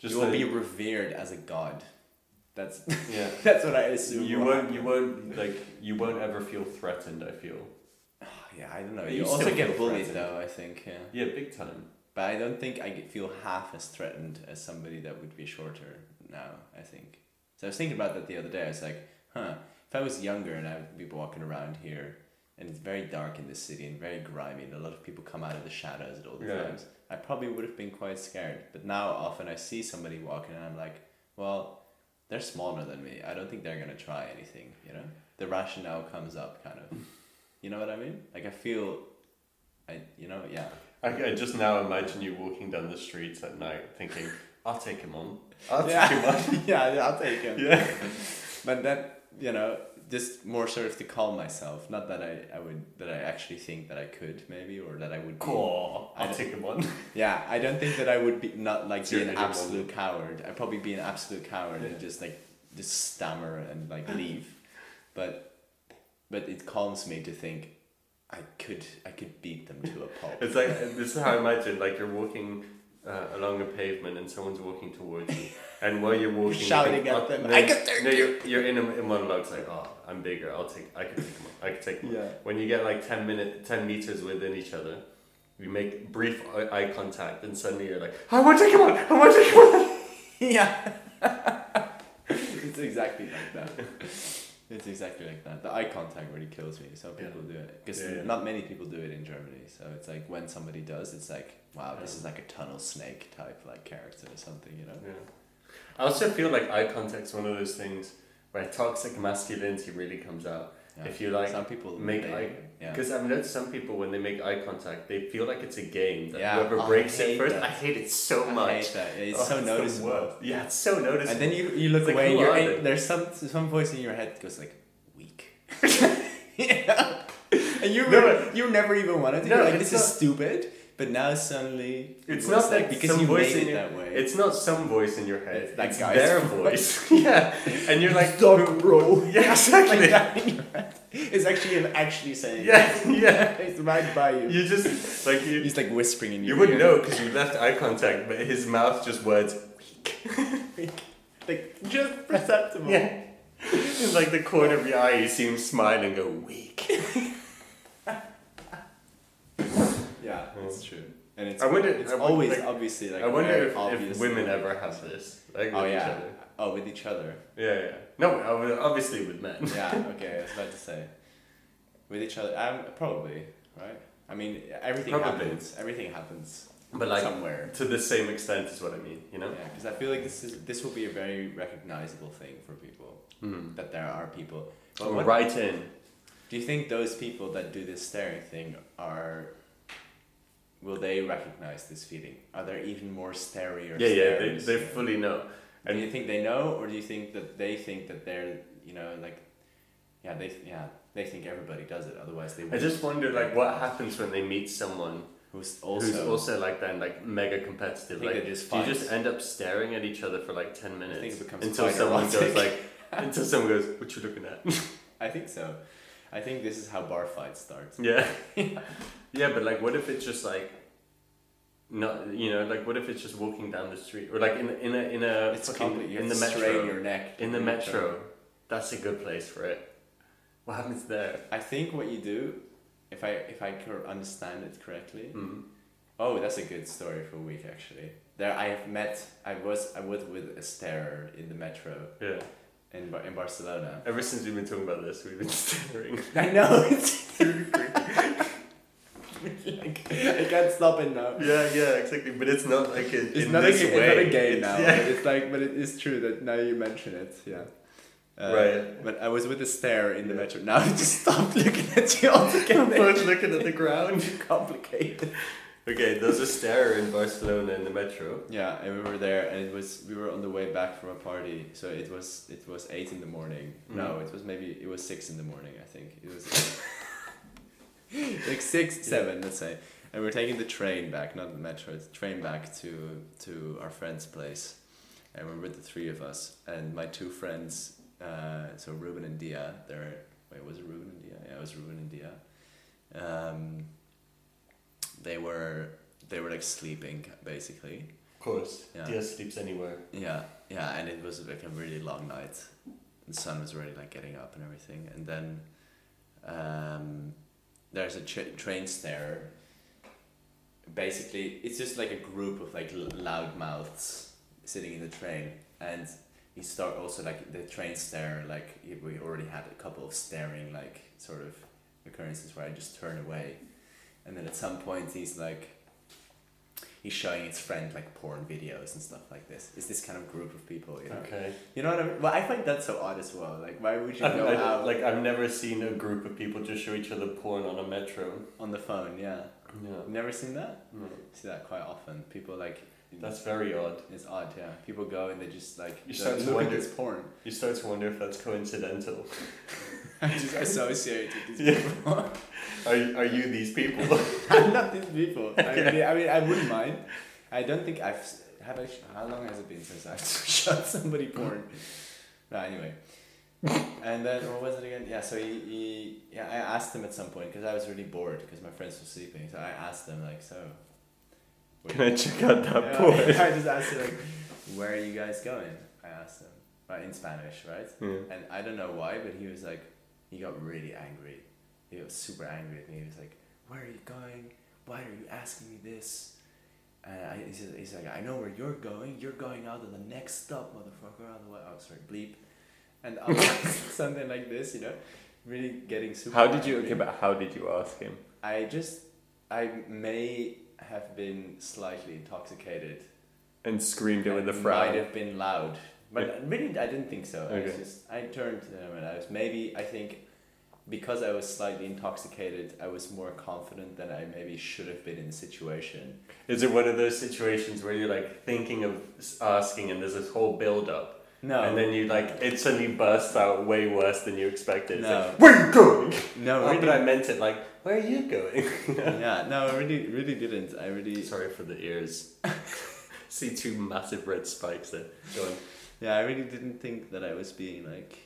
Speaker 3: Just
Speaker 2: you will
Speaker 3: that-
Speaker 2: be revered as a god. That's
Speaker 3: yeah.
Speaker 2: (laughs) that's what I assume.
Speaker 3: You
Speaker 2: will
Speaker 3: won't.
Speaker 2: happen.
Speaker 3: You won't like. You won't ever feel threatened. I feel.
Speaker 2: (sighs) Yeah, I don't know.
Speaker 3: But
Speaker 2: You,
Speaker 3: you
Speaker 2: also
Speaker 3: still
Speaker 2: get
Speaker 3: feel
Speaker 2: bullied
Speaker 3: threatened.
Speaker 2: though. I think. Yeah.
Speaker 3: Yeah, big time.
Speaker 2: But I don't think I get- feel half as threatened as somebody that would be shorter now, I think. So I was thinking about that the other day. I was like, huh, if I was younger and I would be walking around here and it's very dark in this city and very grimy and a lot of people come out of the shadows at all the
Speaker 3: Yeah.
Speaker 2: times, I probably would have been quite scared. But now often I see somebody walking and I'm like, well, they're smaller than me. I don't think they're going to try anything, you know? The rationale comes up kind of. You know what I mean? Like I feel, I, you know, yeah.
Speaker 3: I, I just now imagine you walking down the streets at night, thinking, "I'll take him on. I'll
Speaker 2: Yeah. (laughs)
Speaker 3: take him on."
Speaker 2: yeah, yeah, I'll take him.
Speaker 3: Yeah.
Speaker 2: (laughs) But that you know, just more sort of to calm myself. Not that I, I would that I actually think that I could maybe or that I would. be-
Speaker 3: Cool.
Speaker 2: I
Speaker 3: I'll
Speaker 2: don't-
Speaker 3: take him on.
Speaker 2: Yeah, I don't think that I would be not like be
Speaker 3: You're
Speaker 2: an
Speaker 3: an idiot.
Speaker 2: absolute coward. I'd probably be an absolute coward
Speaker 3: Yeah.
Speaker 2: and just like just stammer and
Speaker 3: (laughs)
Speaker 2: like leave. But but it calms me to think I could I could beat them to a
Speaker 3: (laughs)
Speaker 2: pulp.
Speaker 3: It's like this is how I imagine. Like you're walking uh, along a pavement and someone's walking towards you, and while you're walking, you
Speaker 2: shouting
Speaker 3: think,
Speaker 2: at
Speaker 3: "Oh,"
Speaker 2: them,
Speaker 3: No,
Speaker 2: "I can take
Speaker 3: no, you're, you're in a in monologue. It's like, "Oh, I'm bigger. I'll take. I can take him on. I can take him." on."
Speaker 2: Yeah.
Speaker 3: When you get like ten minute, ten meters within each other. You make brief eye eye contact, and suddenly you're like, "I want to take him on! I want to take him on!"
Speaker 2: yeah. it's exactly like that. It's exactly like that. The eye contact really kills me. So
Speaker 3: Yeah.
Speaker 2: people do it because
Speaker 3: Yeah, yeah.
Speaker 2: not many people do it in Germany. So it's like when somebody does, it's like wow, this
Speaker 3: Yeah.
Speaker 2: is like a tunnel snake type like character or something, you know?
Speaker 3: Yeah. I also feel like eye contact's one of those things where toxic masculinity really comes out.
Speaker 2: Yeah.
Speaker 3: If you like,
Speaker 2: some people
Speaker 3: make
Speaker 2: they-
Speaker 3: eye-
Speaker 2: yeah.
Speaker 3: because I've noticed some people when they make eye contact, they feel like it's a game that
Speaker 2: Yeah, Oh,
Speaker 3: whoever
Speaker 2: I
Speaker 3: breaks
Speaker 2: hate
Speaker 3: it first.
Speaker 2: that.
Speaker 3: I hate it so
Speaker 2: I
Speaker 3: much.
Speaker 2: hate that. It's
Speaker 3: Oh,
Speaker 2: so
Speaker 3: the
Speaker 2: noticeable.
Speaker 3: worst. Yeah, it's so noticeable.
Speaker 2: And then you you look
Speaker 3: It's like,
Speaker 2: away.
Speaker 3: who
Speaker 2: you're
Speaker 3: are
Speaker 2: in-
Speaker 3: they?
Speaker 2: there's some some voice in your head that goes like
Speaker 3: (laughs)
Speaker 2: weak. (laughs) yeah. And you
Speaker 3: No,
Speaker 2: were- you never even wanted to.
Speaker 3: No,
Speaker 2: You're like
Speaker 3: it's
Speaker 2: this is stupid. But now suddenly it
Speaker 3: it's
Speaker 2: was
Speaker 3: not like
Speaker 2: because
Speaker 3: some
Speaker 2: you
Speaker 3: voice
Speaker 2: made
Speaker 3: in
Speaker 2: it
Speaker 3: your,
Speaker 2: that way.
Speaker 3: It's not some voice in your head.
Speaker 2: It's that
Speaker 3: it's
Speaker 2: guy's
Speaker 3: their
Speaker 2: voice.
Speaker 3: voice. (laughs) yeah, and you're like,
Speaker 2: Stop, bro.
Speaker 3: (laughs) Yeah, exactly.
Speaker 2: (laughs) like that in your head. It's actually him actually saying.
Speaker 3: (laughs) Yeah, yeah.
Speaker 2: it. (laughs) It's right by you.
Speaker 3: You just like you.
Speaker 2: (laughs) He's like whispering in your
Speaker 3: You wouldn't
Speaker 2: ear.
Speaker 3: know because you left eye contact, but his mouth just words.
Speaker 2: (laughs) Like just perceptible.
Speaker 3: Yeah. (laughs) In like the corner of your eye, you see him smile and go weak.
Speaker 2: yeah, it's
Speaker 3: Mm.
Speaker 2: true. And it's
Speaker 3: I wonder-
Speaker 2: It's
Speaker 3: I wonder,
Speaker 2: always
Speaker 3: like-
Speaker 2: obviously like.
Speaker 3: I wonder
Speaker 2: very
Speaker 3: if,
Speaker 2: obvious.
Speaker 3: if women ever have this, like with
Speaker 2: Oh
Speaker 3: each
Speaker 2: yeah.
Speaker 3: other.
Speaker 2: Oh, with each other.
Speaker 3: Yeah, yeah. No, I would- obviously
Speaker 2: (laughs)
Speaker 3: with men.
Speaker 2: Yeah. Okay, I was about to say. With each other, um, probably right. I mean, everything
Speaker 3: Probably.
Speaker 2: happens. Everything happens
Speaker 3: But like
Speaker 2: somewhere.
Speaker 3: to the same extent is what I mean, you know.
Speaker 2: Yeah, because I feel like this is this will be a very recognizable thing for people
Speaker 3: Mm.
Speaker 2: that there are people. But
Speaker 3: Or
Speaker 2: what-
Speaker 3: right in.
Speaker 2: Do you think those people that do this staring thing are will they recognize this feeling? Are there even more stary or
Speaker 3: Yeah, yeah. They,
Speaker 2: starers,
Speaker 3: they
Speaker 2: you know?
Speaker 3: fully know.
Speaker 2: do you think they know or do you think that they think that they're you know like yeah they yeah they think everybody does it otherwise they
Speaker 3: I
Speaker 2: wouldn't.
Speaker 3: just wonder like what happens when they meet someone
Speaker 2: who's
Speaker 3: who's
Speaker 2: also,
Speaker 3: also like that and like mega competitive.
Speaker 2: I think
Speaker 3: Like
Speaker 2: they just
Speaker 3: do you
Speaker 2: fight.
Speaker 3: just end up staring at each other for like ten minutes
Speaker 2: it becomes
Speaker 3: until
Speaker 2: quite
Speaker 3: someone
Speaker 2: erotic.
Speaker 3: goes like until someone goes, What you looking at?
Speaker 2: I think so I think this is how bar fights start
Speaker 3: Yeah. (laughs) yeah, but like, what if it's just like, not you know, like, what if it's just walking down the street or like in in a in a
Speaker 2: it's
Speaker 3: fucking-
Speaker 2: complicated you
Speaker 3: in the
Speaker 2: have to strain
Speaker 3: metro
Speaker 2: your neck to
Speaker 3: in the
Speaker 2: do it.
Speaker 3: metro? That's a good place for it. What happens there?
Speaker 2: I think what you do if I if I cor- understand it correctly
Speaker 3: Mm.
Speaker 2: Oh, that's a good story for a week actually. There, I have met. I was I was with a starer in the metro
Speaker 3: Yeah.
Speaker 2: in Bar- in Barcelona.
Speaker 3: Ever since we've been talking about this, we've
Speaker 2: (laughs)
Speaker 3: been staring.
Speaker 2: I know. (laughs) It's like, I can't stop it now.
Speaker 3: yeah, yeah, exactly. But it's not like in,
Speaker 2: It's
Speaker 3: in
Speaker 2: not, a,
Speaker 3: this
Speaker 2: ga- it's
Speaker 3: way. (laughs)
Speaker 2: not a game now.
Speaker 3: Yeah.
Speaker 2: But it's like, but it is true that now you mention it. Yeah. Uh,
Speaker 3: Right.
Speaker 2: But I was with a stare in the metro. Now I just (laughs) stopped looking at you
Speaker 3: (laughs)
Speaker 2: altogether.
Speaker 3: Both looking at the ground.
Speaker 2: (laughs) Too complicated.
Speaker 3: Okay, there's a stair in Barcelona in the metro.
Speaker 2: Yeah, and we were there, and it was we were on the way back from a party, so it was it was eight in the morning. No, it was maybe it was six in the morning. I think it was like six, seven, let's say. And we are taking the train back, not the metro, the train back to to our friend's place, and we we're with the three of us and my two friends. Uh, so Ruben and Dia, they're wait, was it Ruben and Dia? Yeah, it was Ruben and Dia. Um, they were they were like sleeping basically.
Speaker 3: Of course,
Speaker 2: Yeah.
Speaker 3: Dia sleeps anywhere.
Speaker 2: Yeah, yeah, and it was like a really long night. The sun was already like getting up and everything, and then um, there's a tra- train stair. Basically, it's just like a group of like l- loud mouths sitting in the train, and you start also like the train stare. Like y- we already had a couple of staring like sort of occurrences where I just turn away, and then at some point he's like he's showing his friend like porn videos and stuff like this. It's this kind of group of people, you know.
Speaker 3: Okay.
Speaker 2: You know what I mean? Well, I find that so odd as well. Like, why (laughs) would you
Speaker 3: I've,
Speaker 2: go
Speaker 3: (laughs) I-
Speaker 2: out
Speaker 3: like I've never seen a group of people just show each other porn on a metro.
Speaker 2: on the phone? Yeah,
Speaker 3: Yeah.
Speaker 2: never seen that.
Speaker 3: No.
Speaker 2: See that quite often. People like
Speaker 3: That's very odd.
Speaker 2: it's odd. Yeah, people go and they just like
Speaker 3: You start
Speaker 2: look
Speaker 3: to
Speaker 2: at
Speaker 3: wonder-
Speaker 2: this (laughs) porn.
Speaker 3: You start to wonder if that's coincidental.
Speaker 2: I (laughs) just associate with these
Speaker 3: Yeah.
Speaker 2: people.
Speaker 3: Are, are you these
Speaker 2: (laughs)
Speaker 3: people? (laughs)
Speaker 2: I'm not these people. I, really, I mean, I wouldn't mind. I don't think I've s- have I, sh- How long has it been since I've (laughs) shot somebody porn? no, anyway. and then what was it again? Yeah, so he, he yeah, I asked him at some point because I was really bored because my friends were sleeping. So I asked them like, so. what
Speaker 3: Can I check out that
Speaker 2: Yeah, (laughs)
Speaker 3: porn?
Speaker 2: I just asked him like, where are you guys going? I asked him right in Spanish, right?
Speaker 3: Yeah.
Speaker 2: And I don't know why, but he was like, he got really angry. He was super angry at me. He was like, where are you going? Why are you asking me this? And I, he's, he's like, I know where you're going. You're going out on the next stop, motherfucker. Otherwise, oh sorry, bleep, and I'm like, (laughs) something like this, you know, really getting super.
Speaker 3: How did you?
Speaker 2: angry.
Speaker 3: Okay, but how did you ask him?
Speaker 2: I just, I may have been slightly intoxicated.
Speaker 3: And screamed it with a
Speaker 2: It Might
Speaker 3: frown.
Speaker 2: have been loud, but really, I didn't think so. I was
Speaker 3: Okay.
Speaker 2: just, I turned to them and I was maybe, I think, because I was slightly intoxicated, I was more confident than I maybe should have been in the situation.
Speaker 3: Is it one of those situations where you're like thinking of s- asking, and there's this whole build up,
Speaker 2: No,
Speaker 3: and then you like it suddenly bursts out way worse than you expected. It's
Speaker 2: No.
Speaker 3: like, where are you going?
Speaker 2: no,
Speaker 3: Oh,
Speaker 2: really,
Speaker 3: but I meant it like, where are you going?
Speaker 2: (laughs) yeah, no, I really, really didn't. I really,
Speaker 3: Sorry for the ears. (laughs) See two massive red spikes there. Go on.
Speaker 2: yeah, I really didn't think that I was being like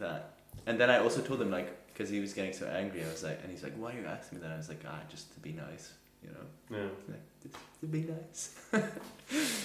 Speaker 2: that. And then I also told him like, because he was getting so angry, I was like, and he's like, why are you asking me that? I was like, ah, just to be nice, you know.
Speaker 3: Yeah.
Speaker 2: to be nice. (laughs)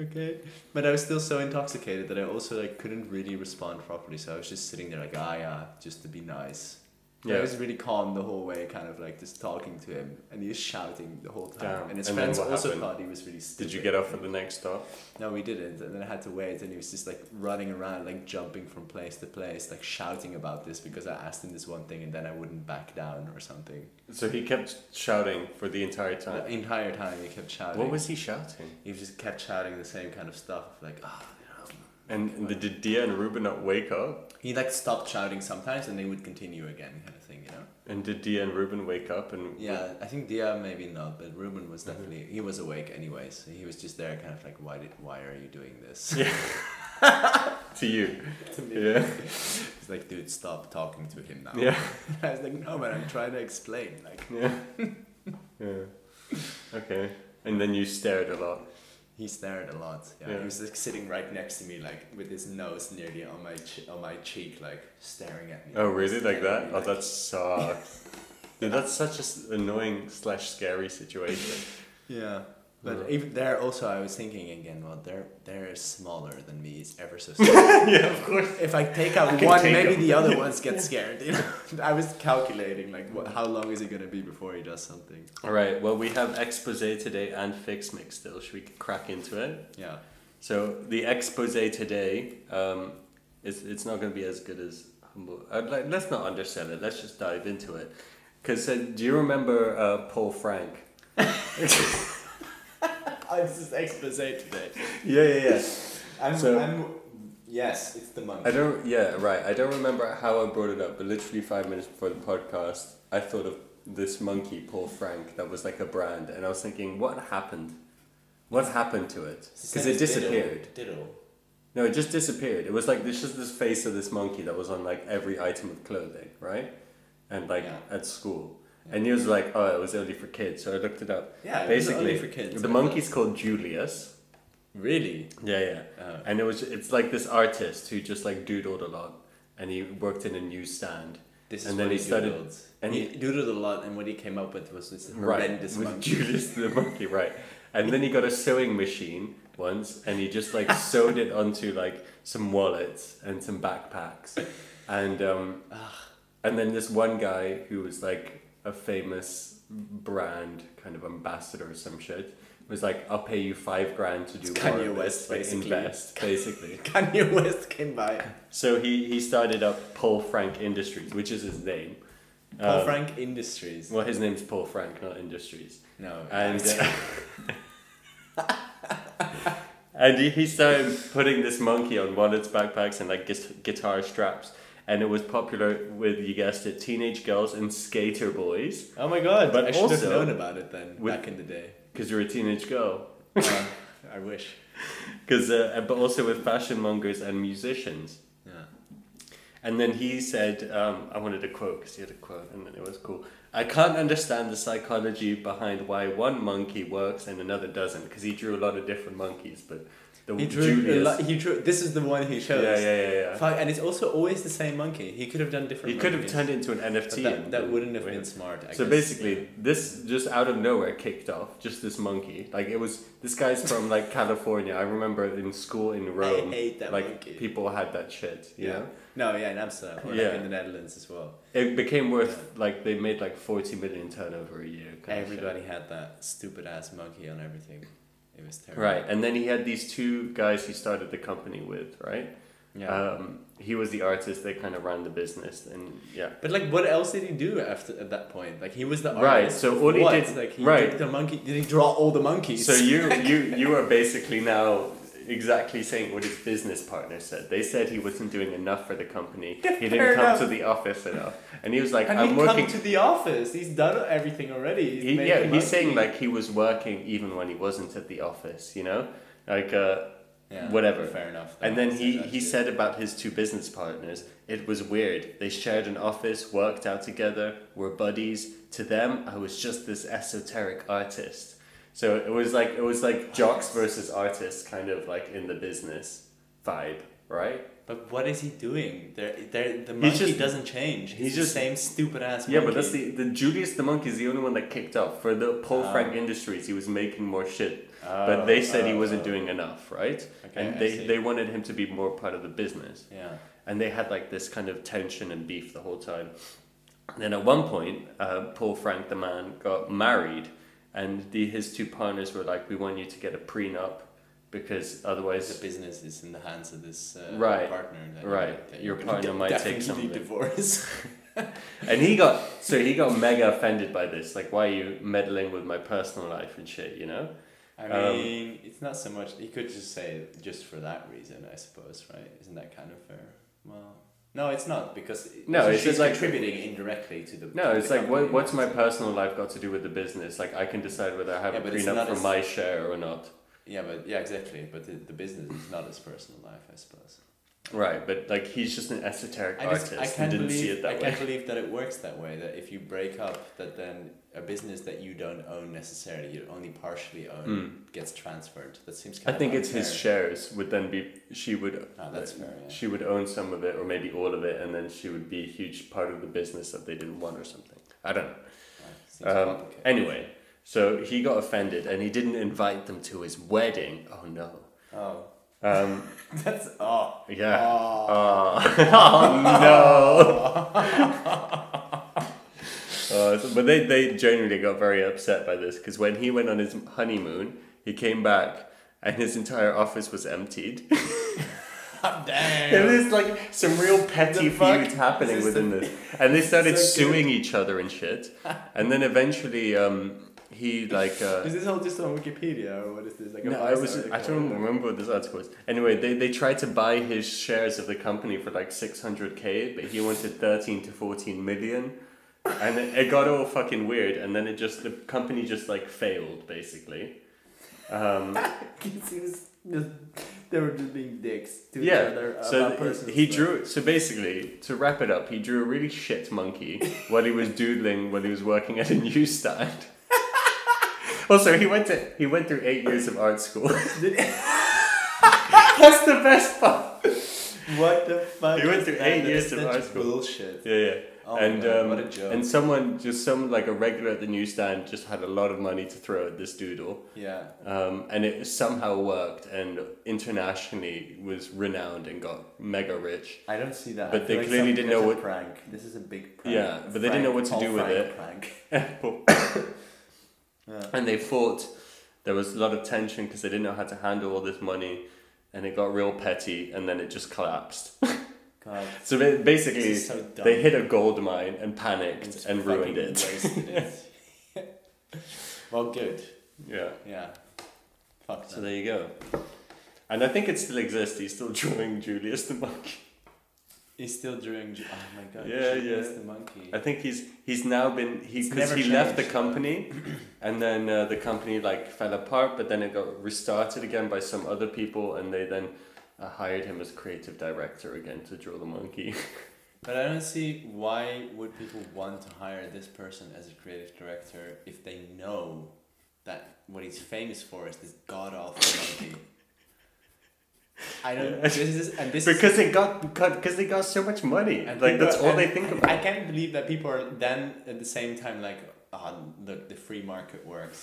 Speaker 2: okay. But I was still so intoxicated that I also like couldn't really respond properly. So I was just sitting there like, ah, yeah, just to be nice. Yeah. I
Speaker 3: Yeah.
Speaker 2: was really calm the whole way, kind of like just talking to him, and he was shouting the whole time.
Speaker 3: Damn.
Speaker 2: And his
Speaker 3: And then
Speaker 2: friends
Speaker 3: what
Speaker 2: also
Speaker 3: happened?
Speaker 2: thought he was really stupid.
Speaker 3: Did you get off at the next stop?
Speaker 2: No, we didn't. And then I had to wait, and he was just like running around, like jumping from place to place, like shouting about this because I asked him this one thing, and then I wouldn't back down or something.
Speaker 3: So he kept shouting for the entire
Speaker 2: The
Speaker 3: time.
Speaker 2: entire time he kept shouting.
Speaker 3: What was he shouting?
Speaker 2: he just kept shouting the same kind of stuff like ah you know.
Speaker 3: And and did- did Dia and Ruben not wake up?
Speaker 2: he like stopped shouting sometimes and they would continue again kind of thing you know
Speaker 3: And did Dia and Ruben wake up? And
Speaker 2: yeah i think dia maybe not but ruben was definitely he was awake anyways he was just there kind of like why did why are you doing this (laughs)
Speaker 3: Yeah. To you. Yeah.
Speaker 2: he's like dude stop talking to him now
Speaker 3: (laughs) Yeah.
Speaker 2: (laughs) i was like no but i'm trying to explain like
Speaker 3: Yeah. yeah. Okay. And then you stared a lot.
Speaker 2: he stared a lot yeah,
Speaker 3: Yeah.
Speaker 2: he was like sitting right next to me like with his nose nearly on my ch- on my cheek like staring at me
Speaker 3: Oh, really? Like
Speaker 2: Staring
Speaker 3: that?
Speaker 2: at me,
Speaker 3: Oh, that sucks. Dude, that's such an s- annoying slash scary situation.
Speaker 2: Yeah. But
Speaker 3: Yeah.
Speaker 2: even there also I was thinking again, well they're they're smaller than me, it's ever so small.
Speaker 3: (laughs) yeah, of course.
Speaker 2: if I take out
Speaker 3: I can
Speaker 2: one,
Speaker 3: take
Speaker 2: maybe
Speaker 3: 'em.
Speaker 2: the other ones get scared, you know. (laughs) I was calculating like what, how long is it gonna be before he does something.
Speaker 3: All right. Well, we have expose today and fix mix still. Should we crack into it?
Speaker 2: Yeah.
Speaker 3: So the expose today, um, it's it's not going to be as good as humble. I'd like, let's not undersell it. Let's just dive into it. Because uh, do you remember uh, Paul Frank?
Speaker 2: Oh, this is expose today.
Speaker 3: Yeah, yeah, yeah.
Speaker 2: I'm
Speaker 3: So-
Speaker 2: I'm Yes, it's the monkey.
Speaker 3: I don't. Yeah, right. I don't remember how I brought it up, but literally five minutes before the podcast, I thought of this monkey, Paul Frank, that was like a brand, and I was thinking, what happened? What happened to it?
Speaker 5: It's the
Speaker 3: Because
Speaker 5: same as
Speaker 3: it
Speaker 5: Diddle.
Speaker 3: disappeared.
Speaker 5: Diddle.
Speaker 3: No, it just disappeared. It was like this just this face of this monkey that was on like every item of clothing, right? And like
Speaker 5: Yeah.
Speaker 3: at school. And he was like, oh, it was only for kids. So I looked it up.
Speaker 2: Yeah, it was
Speaker 3: basically
Speaker 2: only for kids.
Speaker 3: The monkey's called Julius.
Speaker 2: Really?
Speaker 3: Yeah, yeah.
Speaker 2: Oh.
Speaker 3: And it was it's like this artist who just like doodled a lot, and he worked in a newsstand.
Speaker 2: This is
Speaker 3: and then
Speaker 2: what
Speaker 3: he
Speaker 2: he
Speaker 3: started
Speaker 2: doodled.
Speaker 3: and
Speaker 2: he doodled a lot, and what he came up with was this
Speaker 3: right
Speaker 2: horrendous
Speaker 3: with
Speaker 2: monkey.
Speaker 3: Julius (laughs) the monkey, right? And then he got a sewing machine once, and he just
Speaker 2: (laughs)
Speaker 3: like sewed it onto like some wallets and some backpacks, and um, and then this one guy who was like a famous brand kind of ambassador or some shit was like, "I'll pay you five grand to do
Speaker 2: It's
Speaker 3: more
Speaker 2: Kanye
Speaker 3: of this,
Speaker 2: West,
Speaker 3: like,
Speaker 2: basically. (laughs)
Speaker 3: invest, basically."
Speaker 2: (laughs) Kanye West came by.
Speaker 3: So he, he started up Paul Frank Industries, which is his name.
Speaker 2: Paul
Speaker 3: Um,
Speaker 2: Frank Industries.
Speaker 3: Well, his name's Paul Frank, not Industries.
Speaker 2: No.
Speaker 3: And uh, (laughs) and he, he started putting this monkey on wallets, backpacks, and like gui- guitar straps. And it was popular with, you guessed it, teenage girls and skater boys.
Speaker 2: (laughs) oh my god!
Speaker 3: but
Speaker 2: I should
Speaker 3: also-
Speaker 2: have known about it then,
Speaker 3: with-
Speaker 2: back in the (laughs) day.
Speaker 3: Because you're a teenage girl.
Speaker 2: Uh, I wish.
Speaker 3: Cause, uh, but also with fashion mongers and musicians.
Speaker 2: Yeah.
Speaker 3: And then he said, um, I wanted a quote because he had a quote and then it was cool. I can't understand the psychology behind why one monkey works and another doesn't because he drew a lot of different monkeys, but the
Speaker 2: He drew.
Speaker 3: Julius.
Speaker 2: a lot- he drew. This is the one he
Speaker 3: yeah,
Speaker 2: chose.
Speaker 3: yeah, yeah, yeah.
Speaker 2: Fuck, and it's also always the same monkey. He could have done different.
Speaker 3: He could have
Speaker 2: monkeys.
Speaker 3: turned it into an
Speaker 2: But
Speaker 3: NFT.
Speaker 2: that,
Speaker 3: and
Speaker 2: that
Speaker 3: been-
Speaker 2: wouldn't have
Speaker 3: wait.
Speaker 2: been smart. I
Speaker 3: So
Speaker 2: guess.
Speaker 3: basically, this just out of nowhere kicked off. Just this monkey, like it was. This guy's (laughs) from like California. I remember in school in Rome,
Speaker 2: hate that
Speaker 3: like
Speaker 2: monkey.
Speaker 3: people had that shit. You
Speaker 2: yeah.
Speaker 3: know?
Speaker 2: No, yeah, in Amsterdam or
Speaker 3: Yeah.
Speaker 2: like in the Netherlands as well.
Speaker 3: it became worth like they made like forty million turnover a year. kind of shit.
Speaker 2: Everybody had that stupid ass monkey on everything. It was terrible.
Speaker 3: Right, and then he had these two guys he started the company with, right?
Speaker 2: Yeah.
Speaker 3: Um, he was the artist; they kind of ran the business, and yeah.
Speaker 2: but like, what else did he do after at that point? Like, he was the
Speaker 3: Right,
Speaker 2: artist.
Speaker 3: so
Speaker 2: of
Speaker 3: all he
Speaker 2: what?
Speaker 3: did-
Speaker 2: like, he
Speaker 3: right.
Speaker 2: did the monkey. Did he draw all the monkeys?
Speaker 3: So you
Speaker 2: (laughs)
Speaker 3: you you are basically now exactly saying what his business partner said. They said he wasn't doing enough for the
Speaker 2: (laughs)
Speaker 3: company. He
Speaker 2: Fair
Speaker 3: didn't come
Speaker 2: enough.
Speaker 3: to the office enough, and he was like,
Speaker 2: and
Speaker 3: "I'm
Speaker 2: he
Speaker 3: working."
Speaker 2: come to the office. He's done everything already. He's
Speaker 3: he,
Speaker 2: made
Speaker 3: yeah,
Speaker 2: the
Speaker 3: he's
Speaker 2: monkey.
Speaker 3: saying like he was working even when he wasn't at the office. You know, like. Uh,
Speaker 2: Yeah,
Speaker 3: whatever.
Speaker 2: Fair enough.
Speaker 3: And then he,
Speaker 2: That's
Speaker 3: he
Speaker 2: good.
Speaker 3: said about his two business partners, it was weird. They shared an office, worked out together, were buddies. To them, I was just this esoteric artist. So it was like it was like jocks versus artists kind of like in the business vibe, right?
Speaker 2: But what is he doing? There, there, the
Speaker 3: He's
Speaker 2: monkey
Speaker 3: just-
Speaker 2: doesn't change. He's,
Speaker 3: he's
Speaker 2: the
Speaker 3: just-
Speaker 2: same stupid ass.
Speaker 3: Yeah, but that's the the Julius the monkey is the only one that kicked off for the Paul Frank Industries. He was making more shit, but they said he
Speaker 2: oh,
Speaker 3: wasn't
Speaker 2: oh.
Speaker 3: doing enough, right?
Speaker 2: Okay,
Speaker 3: and
Speaker 2: I
Speaker 3: they
Speaker 2: see.
Speaker 3: they wanted him to be more part of the business.
Speaker 2: yeah.
Speaker 3: and they had like this kind of tension and beef the whole time. And then at one point, uh, Paul Frank, the man, got married, and the, his two partners were like, "We want you to get a prenup because
Speaker 2: The
Speaker 3: otherwise,
Speaker 2: business is in the hands of this uh,
Speaker 3: Right.
Speaker 2: partner. That
Speaker 3: Right.
Speaker 2: that
Speaker 3: Your
Speaker 2: you're gonna
Speaker 3: partner
Speaker 2: get
Speaker 3: might take
Speaker 2: definitely
Speaker 3: some of it.
Speaker 2: divorce.
Speaker 3: and he got so he got mega offended by this. Like, why are you meddling with my personal life and shit? You know?
Speaker 2: I
Speaker 3: Um,
Speaker 2: mean, it's not so much. He could just say just for that reason, I suppose, right? Isn't that kind of fair? Well, no, it's not because
Speaker 3: No,
Speaker 2: so
Speaker 3: it's
Speaker 2: she's
Speaker 3: just like-
Speaker 2: contributing indirectly to the.
Speaker 3: No,
Speaker 2: to
Speaker 3: it's
Speaker 2: the
Speaker 3: like, what,
Speaker 2: company,
Speaker 3: what's my
Speaker 2: so-
Speaker 3: personal life got to do with the business? Like, I can decide whether I have
Speaker 2: Yeah,
Speaker 3: a
Speaker 2: but it's
Speaker 3: prenup
Speaker 2: not
Speaker 3: for
Speaker 2: as-
Speaker 3: my share or not.
Speaker 2: Yeah, but yeah, exactly. But the, the business is not his personal life, I suppose.
Speaker 3: Right, but like he's just an esoteric
Speaker 2: I just
Speaker 3: artist.
Speaker 2: I can't
Speaker 3: and didn't
Speaker 2: believe
Speaker 3: Oh, see it that
Speaker 2: I
Speaker 3: way.
Speaker 2: can't believe that it works that way. That if you break up, that then a business that you don't own necessarily, you only partially own,
Speaker 3: Hmm.
Speaker 2: gets transferred. That seems
Speaker 3: I
Speaker 2: kind of.
Speaker 3: think it's his
Speaker 2: unfair.
Speaker 3: shares would then be she would
Speaker 2: Ah, that's fair, yeah.
Speaker 3: she would own some of it or maybe all of it and then she would be a huge part of the business that they didn't want or something. I don't
Speaker 2: Yeah, seems
Speaker 3: know. Um,
Speaker 2: complicated.
Speaker 3: anyway, so he got offended and he didn't invite them to his wedding. Oh no.
Speaker 2: oh, (laughs)
Speaker 3: Um,
Speaker 2: that's oh.
Speaker 3: yeah.
Speaker 2: (laughs) Oh.
Speaker 3: (laughs) Oh, Oh, no. Oh, Uh, so- but they, they genuinely got very upset by this because when he went on his honeymoon, he came back and his entire office was emptied.
Speaker 2: Damn.
Speaker 3: There is like some real petty
Speaker 2: The fuck?
Speaker 3: feuds happening
Speaker 2: This is
Speaker 3: within this, and they
Speaker 2: (laughs)
Speaker 3: started
Speaker 2: so good.
Speaker 3: suing each other and shit. And then eventually, um, he like uh,
Speaker 2: Is this all just on Wikipedia or what is this? Like a
Speaker 3: no, I
Speaker 2: Vice
Speaker 3: was I
Speaker 2: article?
Speaker 3: don't
Speaker 2: (laughs)
Speaker 3: remember what this article was. Anyway, they, they tried to buy his shares of the company for like six hundred k, but he wanted thirteen to fourteen million, and it, it got all fucking weird. And then it just the company just like failed basically. Um,
Speaker 2: It was just, they were just being dicks to
Speaker 3: yeah.
Speaker 2: each other.
Speaker 3: so
Speaker 2: about
Speaker 3: th-
Speaker 2: personal
Speaker 3: he
Speaker 2: stuff. (laughs)
Speaker 3: drew. So basically, to wrap it up, he drew a really
Speaker 2: (laughs)
Speaker 3: shit monkey while he was doodling while he was working at a newsstand. (laughs) also, he went to he went through eight years of art
Speaker 2: (laughs)
Speaker 3: school. (laughs) That's the best part.
Speaker 2: What the fuck?
Speaker 3: He went
Speaker 2: is
Speaker 3: through
Speaker 2: that?
Speaker 3: eight
Speaker 2: That
Speaker 3: years
Speaker 2: is
Speaker 3: of
Speaker 2: such
Speaker 3: high school.
Speaker 2: Bullshit.
Speaker 3: Yeah, yeah.
Speaker 2: Oh my
Speaker 3: and
Speaker 2: God,
Speaker 3: um,
Speaker 2: what a joke.
Speaker 3: and someone just some like a regular at the newsstand just had a lot of money to throw at this doodle.
Speaker 2: Yeah.
Speaker 3: Um, and it somehow worked and internationally was renowned and got mega rich.
Speaker 2: I don't see that. I
Speaker 3: But
Speaker 2: feel
Speaker 3: they clearly
Speaker 2: some-
Speaker 3: didn't
Speaker 2: there's a
Speaker 3: know what-
Speaker 2: prank. This is a big prank.
Speaker 3: Yeah, but they didn't know what to
Speaker 2: Paul
Speaker 3: do with
Speaker 2: Frank
Speaker 3: it.
Speaker 2: Prank. Yeah.
Speaker 3: and they fought. There was a lot of tension because they didn't know how to handle all this money and it got real petty and then it just collapsed.
Speaker 2: God.
Speaker 3: so ba- basically,
Speaker 2: This is so dumb.
Speaker 3: they hit a gold mine and panicked
Speaker 2: It's
Speaker 3: and
Speaker 2: fucking
Speaker 3: ruined it.
Speaker 2: wasted it. (laughs) well, good.
Speaker 3: Yeah.
Speaker 2: Yeah. Fuck
Speaker 3: So
Speaker 2: them.
Speaker 3: there you go. And I think it still exists. He's still (laughs) drawing Julius the monkey.
Speaker 2: He's still doing. ju- Oh my god.
Speaker 3: Yeah,
Speaker 2: Julius
Speaker 3: yeah.
Speaker 2: the monkey.
Speaker 3: I think he's he's now been he
Speaker 2: It's
Speaker 3: because
Speaker 2: never
Speaker 3: he left the
Speaker 2: changed.
Speaker 3: company, and then uh, the company like fell apart. But then it got restarted again by some other people, and they then uh, hired him as creative director again to draw the monkey.
Speaker 2: But I don't see why would people want to hire this person as a creative director if they know that what he's famous for is this god awful monkey. I
Speaker 3: (laughs)
Speaker 2: don't. This is and this is,
Speaker 3: because they got because they got so much money.
Speaker 2: and
Speaker 3: like
Speaker 2: people-
Speaker 3: that's all
Speaker 2: and-
Speaker 3: they think
Speaker 2: and
Speaker 3: about.
Speaker 2: I can't believe that people are then at the same time like, ah, look, the free market
Speaker 3: (laughs)
Speaker 2: works.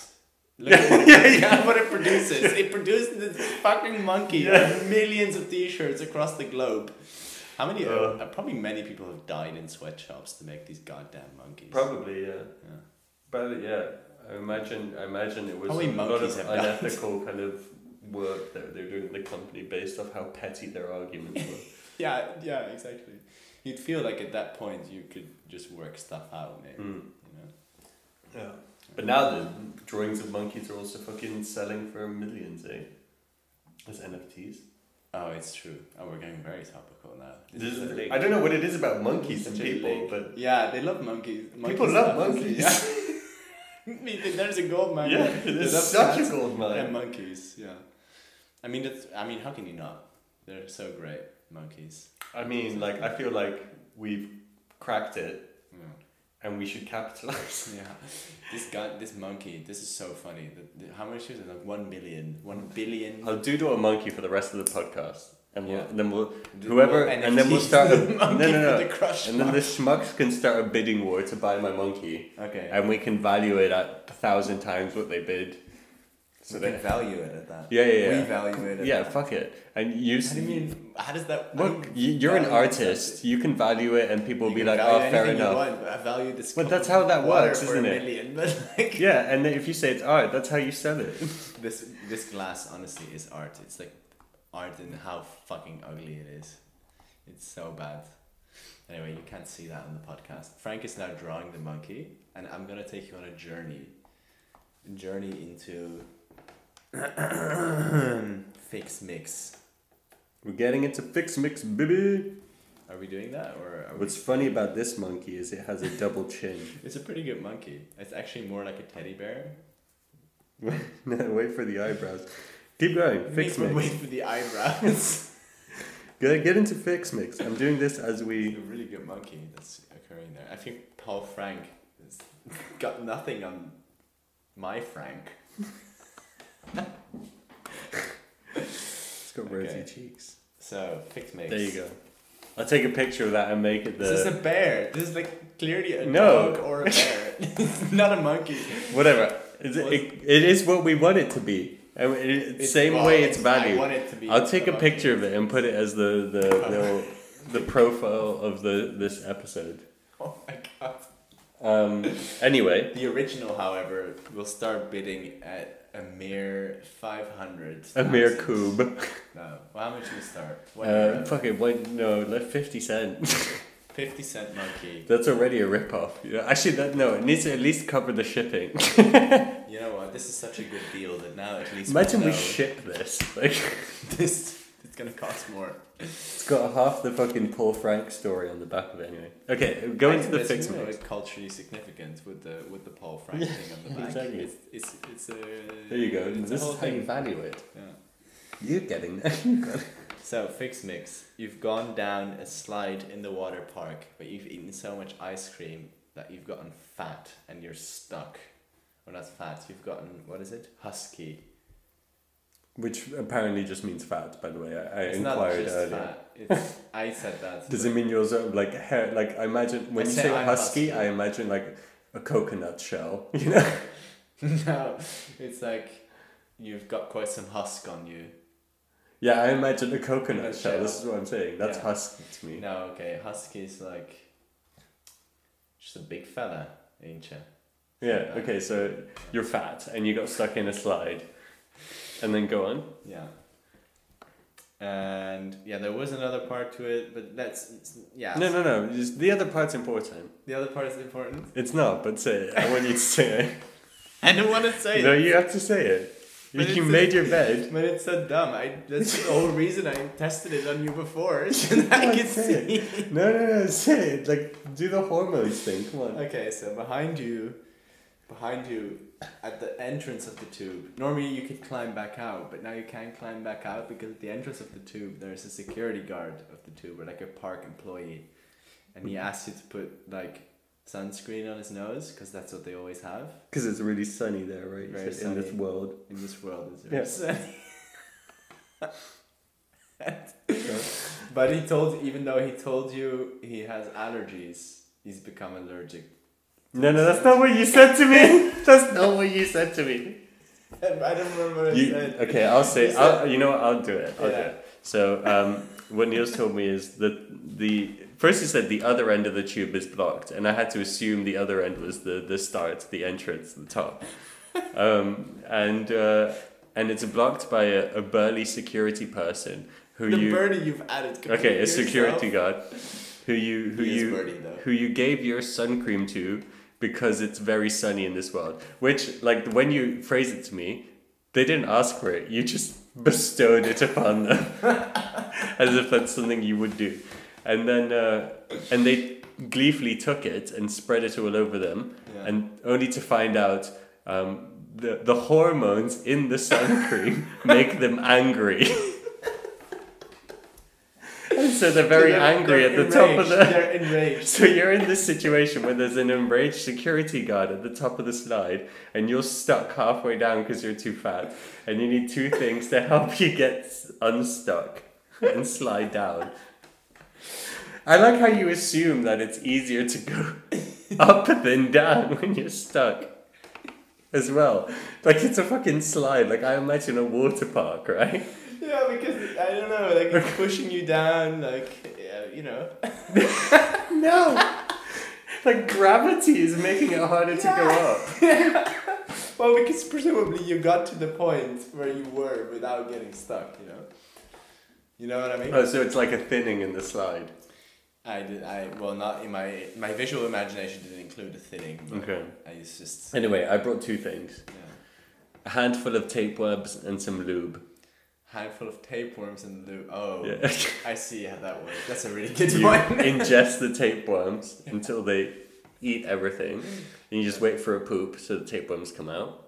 Speaker 2: Look at what,
Speaker 3: Yeah,
Speaker 2: look
Speaker 3: yeah.
Speaker 2: at (laughs) what it produces. It produces this fucking monkey and millions of t-shirts across the globe. How many?
Speaker 3: Uh.
Speaker 2: uh, probably many people have died in sweatshops to make these goddamn monkeys.
Speaker 3: Probably yeah.
Speaker 2: Yeah.
Speaker 3: But yeah, I imagine I imagine it was
Speaker 2: How many
Speaker 3: a lot
Speaker 2: monkeys
Speaker 3: of
Speaker 2: have died?
Speaker 3: unethical kind of work that they were doing in the company based off how petty their arguments
Speaker 2: (laughs)
Speaker 3: were.
Speaker 2: Yeah, yeah, exactly. You'd feel like at that point you could just work stuff out, maybe.
Speaker 3: Mm.
Speaker 2: You know?
Speaker 3: Yeah. But now the drawings of monkeys are also fucking selling for millions, eh? As NFTs.
Speaker 2: Oh, it's true. Oh, we're getting very topical now.
Speaker 3: This is
Speaker 2: a
Speaker 3: the
Speaker 2: link.
Speaker 3: thing. I don't know what it is about monkeys and
Speaker 2: Such a
Speaker 3: people,
Speaker 2: link.
Speaker 3: but
Speaker 2: yeah, they love monkeys. Monkey
Speaker 3: people love
Speaker 2: stuff.
Speaker 3: monkeys.
Speaker 2: Yeah.
Speaker 3: (laughs)
Speaker 2: I mean, there's a gold mine.
Speaker 3: yeah, (laughs)
Speaker 2: They
Speaker 3: it's
Speaker 2: love
Speaker 3: such a
Speaker 2: cats
Speaker 3: gold
Speaker 2: and
Speaker 3: mine.
Speaker 2: monkeys. Yeah, I mean that's. I mean, how can you not? They're so great, monkeys.
Speaker 3: I mean, like I feel like we've cracked it,
Speaker 2: Yeah.
Speaker 3: and we should capitalize.
Speaker 2: (laughs) yeah. This guy, this monkey. This is so funny. The, the- how much is it? Like one million. One billion.
Speaker 3: I'll doodle a monkey for the rest of the podcast, and we'll,
Speaker 2: Yeah.
Speaker 3: then we'll Whoever- and then we'll
Speaker 2: NFTs
Speaker 3: start a-
Speaker 2: the (laughs) monkey
Speaker 3: no, no, no.
Speaker 2: for the crush
Speaker 3: and then the
Speaker 2: mark.
Speaker 3: schmucks can start a bidding war to buy my monkey,
Speaker 2: okay.
Speaker 3: and we can value it at a thousand times what they bid. So
Speaker 2: we
Speaker 3: that
Speaker 2: value it at that.
Speaker 3: yeah, yeah, yeah.
Speaker 2: We value it. At
Speaker 3: yeah,
Speaker 2: That.
Speaker 3: fuck it. And you,
Speaker 2: How do you mean? How does that? how
Speaker 3: look,
Speaker 2: do you
Speaker 3: you, you're an
Speaker 2: value
Speaker 3: artist.
Speaker 2: something?
Speaker 3: You can value it, and people will
Speaker 2: You
Speaker 3: be
Speaker 2: can
Speaker 3: like,
Speaker 2: value
Speaker 3: "Oh, fair
Speaker 2: anything you
Speaker 3: enough."
Speaker 2: want, but I value this.
Speaker 3: Well,
Speaker 2: cup
Speaker 3: that's
Speaker 2: of
Speaker 3: how that
Speaker 2: water
Speaker 3: works,
Speaker 2: for
Speaker 3: isn't
Speaker 2: a
Speaker 3: it?
Speaker 2: Million, but like
Speaker 3: (laughs) Yeah, and then if you say it's art, that's how you sell it.
Speaker 2: this, this glass honestly is art. It's like art and how fucking ugly it is. It's so bad. Anyway, you can't see that on the podcast. Frank is now drawing the monkey, and I'm gonna take you on a journey, a journey into (coughs) fix mix.
Speaker 3: (laughs) We're getting into fix mix, baby.
Speaker 2: Are we doing that, or are we?
Speaker 3: What's funny about this monkey is it has a double chin. (laughs)
Speaker 2: It's a pretty good monkey. It's actually more like a teddy bear.
Speaker 3: no, wait for the eyebrows. Keep going. Fix
Speaker 2: Wait for-
Speaker 3: mix.
Speaker 2: Wait for the eyebrows. (laughs)
Speaker 3: Get, get into fix mix. I'm doing this as
Speaker 2: It's
Speaker 3: we.
Speaker 2: a really good monkey that's occurring there. I think Paul Frank has got nothing on my Frank.
Speaker 3: It's got rosy
Speaker 2: Okay.
Speaker 3: cheeks.
Speaker 2: So fix mix.
Speaker 3: There you go. I'll take a picture of that and make it the.
Speaker 2: This is a bear. This is like clearly a
Speaker 3: No.
Speaker 2: dog or a bear. (laughs) It's not a monkey.
Speaker 3: whatever. It's,
Speaker 2: What?
Speaker 3: it, it is what we want it to be. I mean, it,
Speaker 2: It's-
Speaker 3: same
Speaker 2: well,
Speaker 3: way it's
Speaker 2: I
Speaker 3: valued.
Speaker 2: want it to be.
Speaker 3: I'll take a
Speaker 2: monkey.
Speaker 3: picture of it and put it as the the
Speaker 2: Oh.
Speaker 3: the, the profile of the this episode.
Speaker 2: (laughs) Oh my god.
Speaker 3: Um, anyway,
Speaker 2: The original, however, will start bidding at a mere five hundred.
Speaker 3: a mere cube.
Speaker 2: No. Well, how much do we start? What
Speaker 3: Uh,
Speaker 2: euro?
Speaker 3: fuck it, wait, no, like fifty cent.
Speaker 2: Fifty cent monkey.
Speaker 3: That's already a rip off. Yeah, actually, that no, it needs to at least cover the shipping.
Speaker 2: you know what? This is such a good deal that now at least
Speaker 3: Imagine we
Speaker 2: know
Speaker 3: ship this. Like,
Speaker 2: (laughs) this. It's gonna cost more.
Speaker 3: it's got half the fucking Paul Frank story on the back of it anyway. Okay, go
Speaker 2: I
Speaker 3: into
Speaker 2: think
Speaker 3: the
Speaker 2: that's
Speaker 3: fix
Speaker 2: more,
Speaker 3: mix.
Speaker 2: like, culturally significant with the with the Paul Frank thing on the back.
Speaker 3: exactly.
Speaker 2: It's it's it's a.
Speaker 3: There you go.
Speaker 2: It's a
Speaker 3: This
Speaker 2: whole
Speaker 3: is how you
Speaker 2: thing.
Speaker 3: value it.
Speaker 2: Yeah.
Speaker 3: You're getting there. (laughs)
Speaker 2: So, Fix Mix, you've gone down a slide in the water park, but you've eaten so much ice cream that you've gotten fat and you're stuck. Well, that's fat. You've gotten, what is it? Husky.
Speaker 3: Which apparently just means fat, by the way. I, I
Speaker 2: it's not
Speaker 3: inquired
Speaker 2: just
Speaker 3: earlier.
Speaker 2: fat. It's, I said that.
Speaker 3: (laughs) Does it mean yours are like hair? Like I imagine when
Speaker 2: I
Speaker 3: you
Speaker 2: say
Speaker 3: say
Speaker 2: I'm
Speaker 3: husky,
Speaker 2: husky.
Speaker 3: I imagine like a coconut shell. (laughs) You know,
Speaker 2: but- no, it's like you've got quite some husk on you.
Speaker 3: yeah, I imagine a coconut
Speaker 2: Coconut
Speaker 3: shell. This
Speaker 2: shell.
Speaker 3: is what I'm saying. That's
Speaker 2: Yeah.
Speaker 3: husky to me.
Speaker 2: No, okay. Husky is like just a big fella, ain't you?
Speaker 3: Yeah. Okay. So you're fat and you got stuck in a slide, and then go on.
Speaker 2: Yeah. And yeah, there was another part to it, but that's it's- yeah.
Speaker 3: No, no, no. Just, the other part's important.
Speaker 2: The other part is
Speaker 3: (laughs)
Speaker 2: important.
Speaker 3: It's not, but say it. I want you to say
Speaker 2: I don't want to say
Speaker 3: it. No,
Speaker 2: it.
Speaker 3: you have to say it.
Speaker 2: But
Speaker 3: you
Speaker 2: it's- (laughs)
Speaker 3: made your bed.
Speaker 2: But it's so dumb. I that's the whole reason I tested it on you
Speaker 3: (laughs)
Speaker 2: before, (laughs) so that I
Speaker 3: Come on,
Speaker 2: could
Speaker 3: say
Speaker 2: see.
Speaker 3: No, no, no. Say it. Like do the hormones thing. Come on.
Speaker 2: Okay, so behind you, behind you, at the entrance of the tube. Normally you could climb back out, but now you can't climb back out because at the entrance of the tube there's a security guard of the tube, or like a park employee, and he asks you to put like sunscreen on his nose because that's what they always have
Speaker 3: Because it's really sunny there, right? You
Speaker 2: Very
Speaker 3: said, in this
Speaker 2: sunny.
Speaker 3: world.
Speaker 2: in this world. Is
Speaker 3: Yeah.
Speaker 2: (laughs) But he told, even though he told you he has allergies, he's become allergic.
Speaker 3: No, no, that's not what you said to me. (laughs) That's not what you said to me.
Speaker 2: I don't remember what
Speaker 3: You, okay, I'll say.
Speaker 2: You
Speaker 3: I'll, you know what? I'll do it. I'll do
Speaker 2: Yeah.
Speaker 3: it. So, um, what Niels told me is that the first he said the other end of the tube is blocked, and I had to assume the other end was the the start, the entrance, the
Speaker 2: (laughs)
Speaker 3: top, um, and uh, and it's blocked by a, a burly security person who
Speaker 2: The
Speaker 3: you
Speaker 2: birdie you've added.
Speaker 3: okay, a
Speaker 2: completely
Speaker 3: security
Speaker 2: yourself.
Speaker 3: guard who you who
Speaker 2: He is
Speaker 3: you
Speaker 2: birdie, though.
Speaker 3: who you gave your sun cream to because it's very sunny in this world. Which like when you phrase it to me, they didn't ask for it. You just (laughs) bestowed it upon them (laughs) as if that's something you would do. And then uh, and they gleefully took it and spread it all over them,
Speaker 2: Yeah.
Speaker 3: and only to find out. Um, the, the hormones in the sun (laughs) cream make them angry. (laughs) And so they're very
Speaker 2: They're-
Speaker 3: angry
Speaker 2: they're
Speaker 3: at the top
Speaker 2: enraged.
Speaker 3: of the.
Speaker 2: They're enraged. (laughs)
Speaker 3: (laughs) So you're in this situation where there's an enraged security guard at the top of the slide, and you're stuck halfway down because you're too fat, and you need two things to help you get s- unstuck and slide down. I like how you assume that it's easier to go (laughs) up than down when you're stuck as well. Like it's a fucking slide, like I imagine a water park, right?
Speaker 2: Yeah, because I don't know, like it's pushing you down, like yeah, you know.
Speaker 3: No! (laughs) like gravity is making it harder to go up.
Speaker 2: Well, because presumably you got to the point where you were without getting stuck, you know. You know what I mean?
Speaker 3: Oh, so it's like a thinning in the slide.
Speaker 2: I did. I well, not in my my visual imagination didn't include a thinning. But
Speaker 3: Okay.
Speaker 2: I was just
Speaker 3: Anyway, I brought two things
Speaker 2: yeah.
Speaker 3: a handful of tapeworms and some lube.
Speaker 2: handful of tapeworms and lube. Oh,
Speaker 3: Yeah. (laughs)
Speaker 2: I see how that works. That's a really good
Speaker 3: you
Speaker 2: one.
Speaker 3: (laughs) ingest the tapeworms until they eat everything. And you just wait for a poop so the tapeworms come out.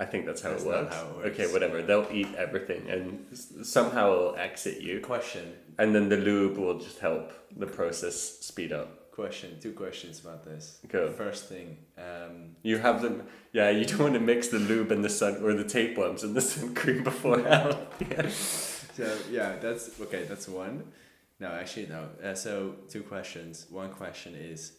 Speaker 3: I think that's how,
Speaker 2: That's
Speaker 3: it,
Speaker 2: not
Speaker 3: works.
Speaker 2: how it works.
Speaker 3: Okay, whatever. They'll eat everything and s- somehow it'll exit you.
Speaker 2: question.
Speaker 3: And then the lube will just help the process speed up.
Speaker 2: Question. Two questions about this.
Speaker 3: Go.
Speaker 2: First thing. Um,
Speaker 3: You have them. Yeah, you don't want to mix the lube and the sun or the tapeworms and the sun cream (laughs) beforehand.
Speaker 2: so yeah, that's okay. That's one. No, actually no. Uh, so two questions. One question is,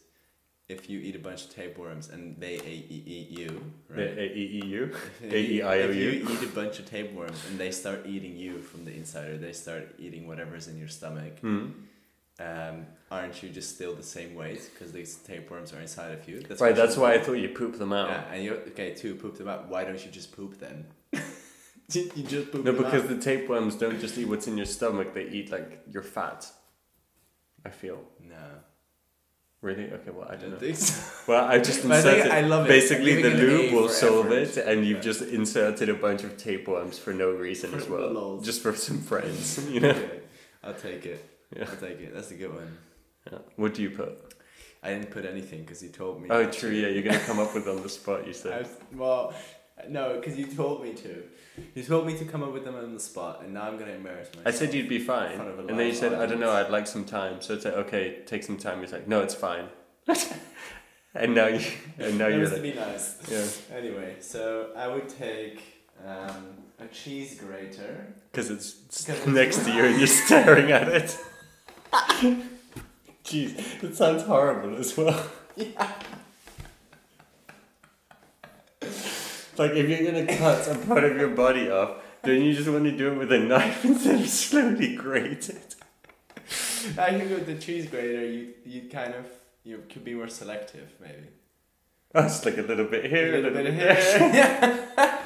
Speaker 2: if you eat a bunch of tapeworms and they a- e- eat you, right?
Speaker 3: A- A- E- E-
Speaker 2: (laughs)
Speaker 3: U? (laughs)
Speaker 2: If
Speaker 3: A- E-
Speaker 2: you-
Speaker 3: I- O-
Speaker 2: if you
Speaker 3: U.
Speaker 2: eat a bunch of tapeworms and they start eating you from the inside, or they start eating whatever's in your stomach,
Speaker 3: Hmm.
Speaker 2: um, aren't you just still the same weight because these tapeworms are inside of you? That's
Speaker 3: Right, that's
Speaker 2: question
Speaker 3: why I
Speaker 2: one.
Speaker 3: thought you poop them out.
Speaker 2: Yeah, and you okay? Two poop them out. Why don't you just poop
Speaker 3: (laughs)
Speaker 2: them? you you just poop
Speaker 3: No,
Speaker 2: them
Speaker 3: because
Speaker 2: out.
Speaker 3: the tapeworms don't just eat what's in your stomach, they eat like your fat. I feel.
Speaker 2: no.
Speaker 3: Really? Okay. Well, I
Speaker 2: I (laughs)
Speaker 3: don't know.
Speaker 2: don't think
Speaker 3: (laughs)
Speaker 2: so.
Speaker 3: Well, I
Speaker 2: (laughs)
Speaker 3: just
Speaker 2: But I think
Speaker 3: inserted.
Speaker 2: I love it.
Speaker 3: Basically,
Speaker 2: I'm
Speaker 3: the
Speaker 2: giving it an
Speaker 3: lube
Speaker 2: A
Speaker 3: will
Speaker 2: for
Speaker 3: solve
Speaker 2: effort.
Speaker 3: it, and you've just inserted a bunch of tapeworms for no reason
Speaker 2: For
Speaker 3: as well,
Speaker 2: the (laughs) lols.
Speaker 3: just for some friends. (laughs) You know.
Speaker 2: Okay, I'll take it.
Speaker 3: Yeah.
Speaker 2: I'll take it. That's a good one.
Speaker 3: Yeah. What do you put?
Speaker 2: I didn't put anything because you told me.
Speaker 3: Oh,
Speaker 2: not
Speaker 3: true.
Speaker 2: to.
Speaker 3: Yeah, you're gonna come up with on the spot. You
Speaker 2: I
Speaker 3: said.
Speaker 2: was, well, no, because you told me to. You told me to come up with them on the spot, and now I'm gonna embarrass myself.
Speaker 3: I said you'd be fine,
Speaker 2: front of a
Speaker 3: and then you
Speaker 2: live
Speaker 3: said, "I don't know.
Speaker 2: audience.
Speaker 3: I'd like some time." So it's like, "Okay, take some time." He's like, "No,
Speaker 2: (laughs)
Speaker 3: it's fine." and now you, and now
Speaker 2: That
Speaker 3: you're
Speaker 2: was to
Speaker 3: like,
Speaker 2: be nice.
Speaker 3: yeah,
Speaker 2: Anyway, so I would take um, a cheese grater.
Speaker 3: because it's
Speaker 2: (laughs)
Speaker 3: s-
Speaker 2: 'Cause it's-
Speaker 3: next to you and
Speaker 2: (laughs)
Speaker 3: you're staring at it. Jeez, it sounds horrible as well. (laughs) like if you're gonna cut a part of your body off, then you just want to do it with a knife (laughs) instead of slowly grate it.
Speaker 2: (laughs) I think with the cheese grater, you you kind of you could be more selective, maybe.
Speaker 3: That's like a little bit here,
Speaker 2: a little bit of
Speaker 3: there. (laughs)
Speaker 2: hair. (laughs)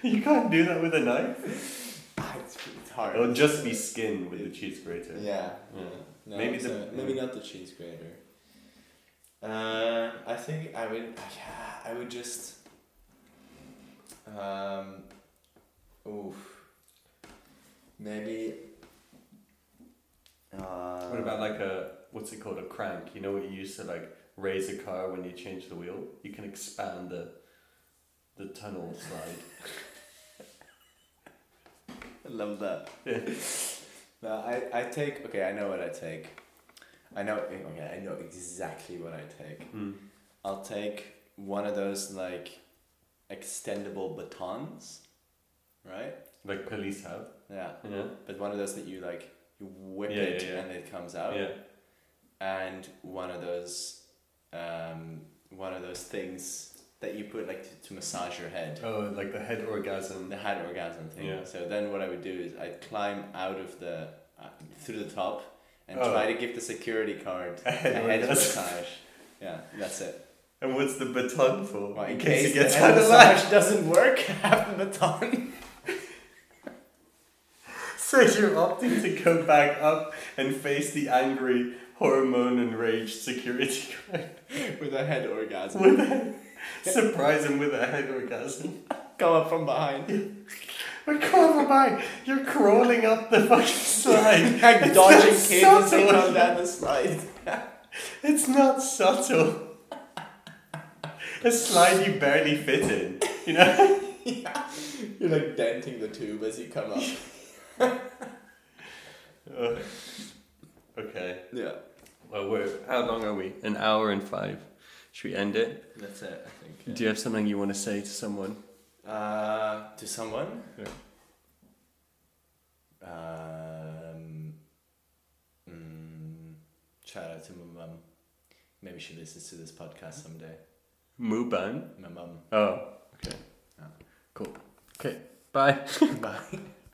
Speaker 3: You can't do that with a knife.
Speaker 2: it's, it's hard.
Speaker 3: It'll just be skin with the cheese grater.
Speaker 2: Yeah.
Speaker 3: Yeah.
Speaker 2: No,
Speaker 3: Maybe
Speaker 2: maybe
Speaker 3: the-
Speaker 2: maybe not the cheese grater. Uh, I think I would. Yeah, I would just. Um, oof. Maybe. Uh,
Speaker 3: What about like a what's it called a crank? You know what you use to like raise a car when you change the wheel. You can expand the the tunnel slide.
Speaker 2: I love that. (laughs) no, I, I take. Okay, I know what I take. I know. Okay, I know exactly what I take.
Speaker 3: Mm.
Speaker 2: I'll take one of those like extendable batons, right?
Speaker 3: Like police have.
Speaker 2: Yeah,
Speaker 3: Yeah.
Speaker 2: but one of those that you like you whip
Speaker 3: Yeah,
Speaker 2: it
Speaker 3: yeah, yeah.
Speaker 2: and it comes out,
Speaker 3: Yeah.
Speaker 2: and one of those, um, one of those things that you put like to, to massage your head,
Speaker 3: Oh, like the head orgasm.
Speaker 2: the head orgasm thing.
Speaker 3: Yeah.
Speaker 2: So then what I would do is I'd climb out of the uh, through the top and
Speaker 3: Oh.
Speaker 2: try to give the security
Speaker 3: (laughs)
Speaker 2: card
Speaker 3: A
Speaker 2: a
Speaker 3: head
Speaker 2: head
Speaker 3: orgasm.
Speaker 2: massage. Yeah, that's it.
Speaker 3: And what's the baton for?
Speaker 2: Well,
Speaker 3: in,
Speaker 2: in,
Speaker 3: case,
Speaker 2: case,
Speaker 3: it gets
Speaker 2: the head
Speaker 3: out of line.
Speaker 2: massage doesn't work, (laughs) have the baton.
Speaker 3: (laughs)
Speaker 2: (laughs)
Speaker 3: So you're opting to go back up and face the angry hormone and rage security guard. (laughs)
Speaker 2: With a head orgasm.
Speaker 3: with a, surprise him with a head orgasm.
Speaker 2: Come up from
Speaker 3: (laughs)
Speaker 2: behind.
Speaker 3: But come on, by you're crawling up the fucking slide.
Speaker 2: Like dodging
Speaker 3: It's not
Speaker 2: cages that
Speaker 3: subtle.
Speaker 2: come down the slide.
Speaker 3: (laughs) It's not subtle. A slide you barely fit in. You know,
Speaker 2: You're like denting the tube as you come up.
Speaker 3: Ugh. okay.
Speaker 2: yeah.
Speaker 3: Well, we're how long are we? An hour and five. Should we end it?
Speaker 2: That's it, I think.
Speaker 3: Do you have something you want to say to someone?
Speaker 2: Uh, to someone?
Speaker 3: Yeah.
Speaker 2: Um, mm, shout out to my mum. Maybe she listens to this podcast someday.
Speaker 3: Muban.
Speaker 2: My mum.
Speaker 3: Oh, okay.
Speaker 2: Yeah.
Speaker 3: Cool. Okay. Bye.
Speaker 2: Bye.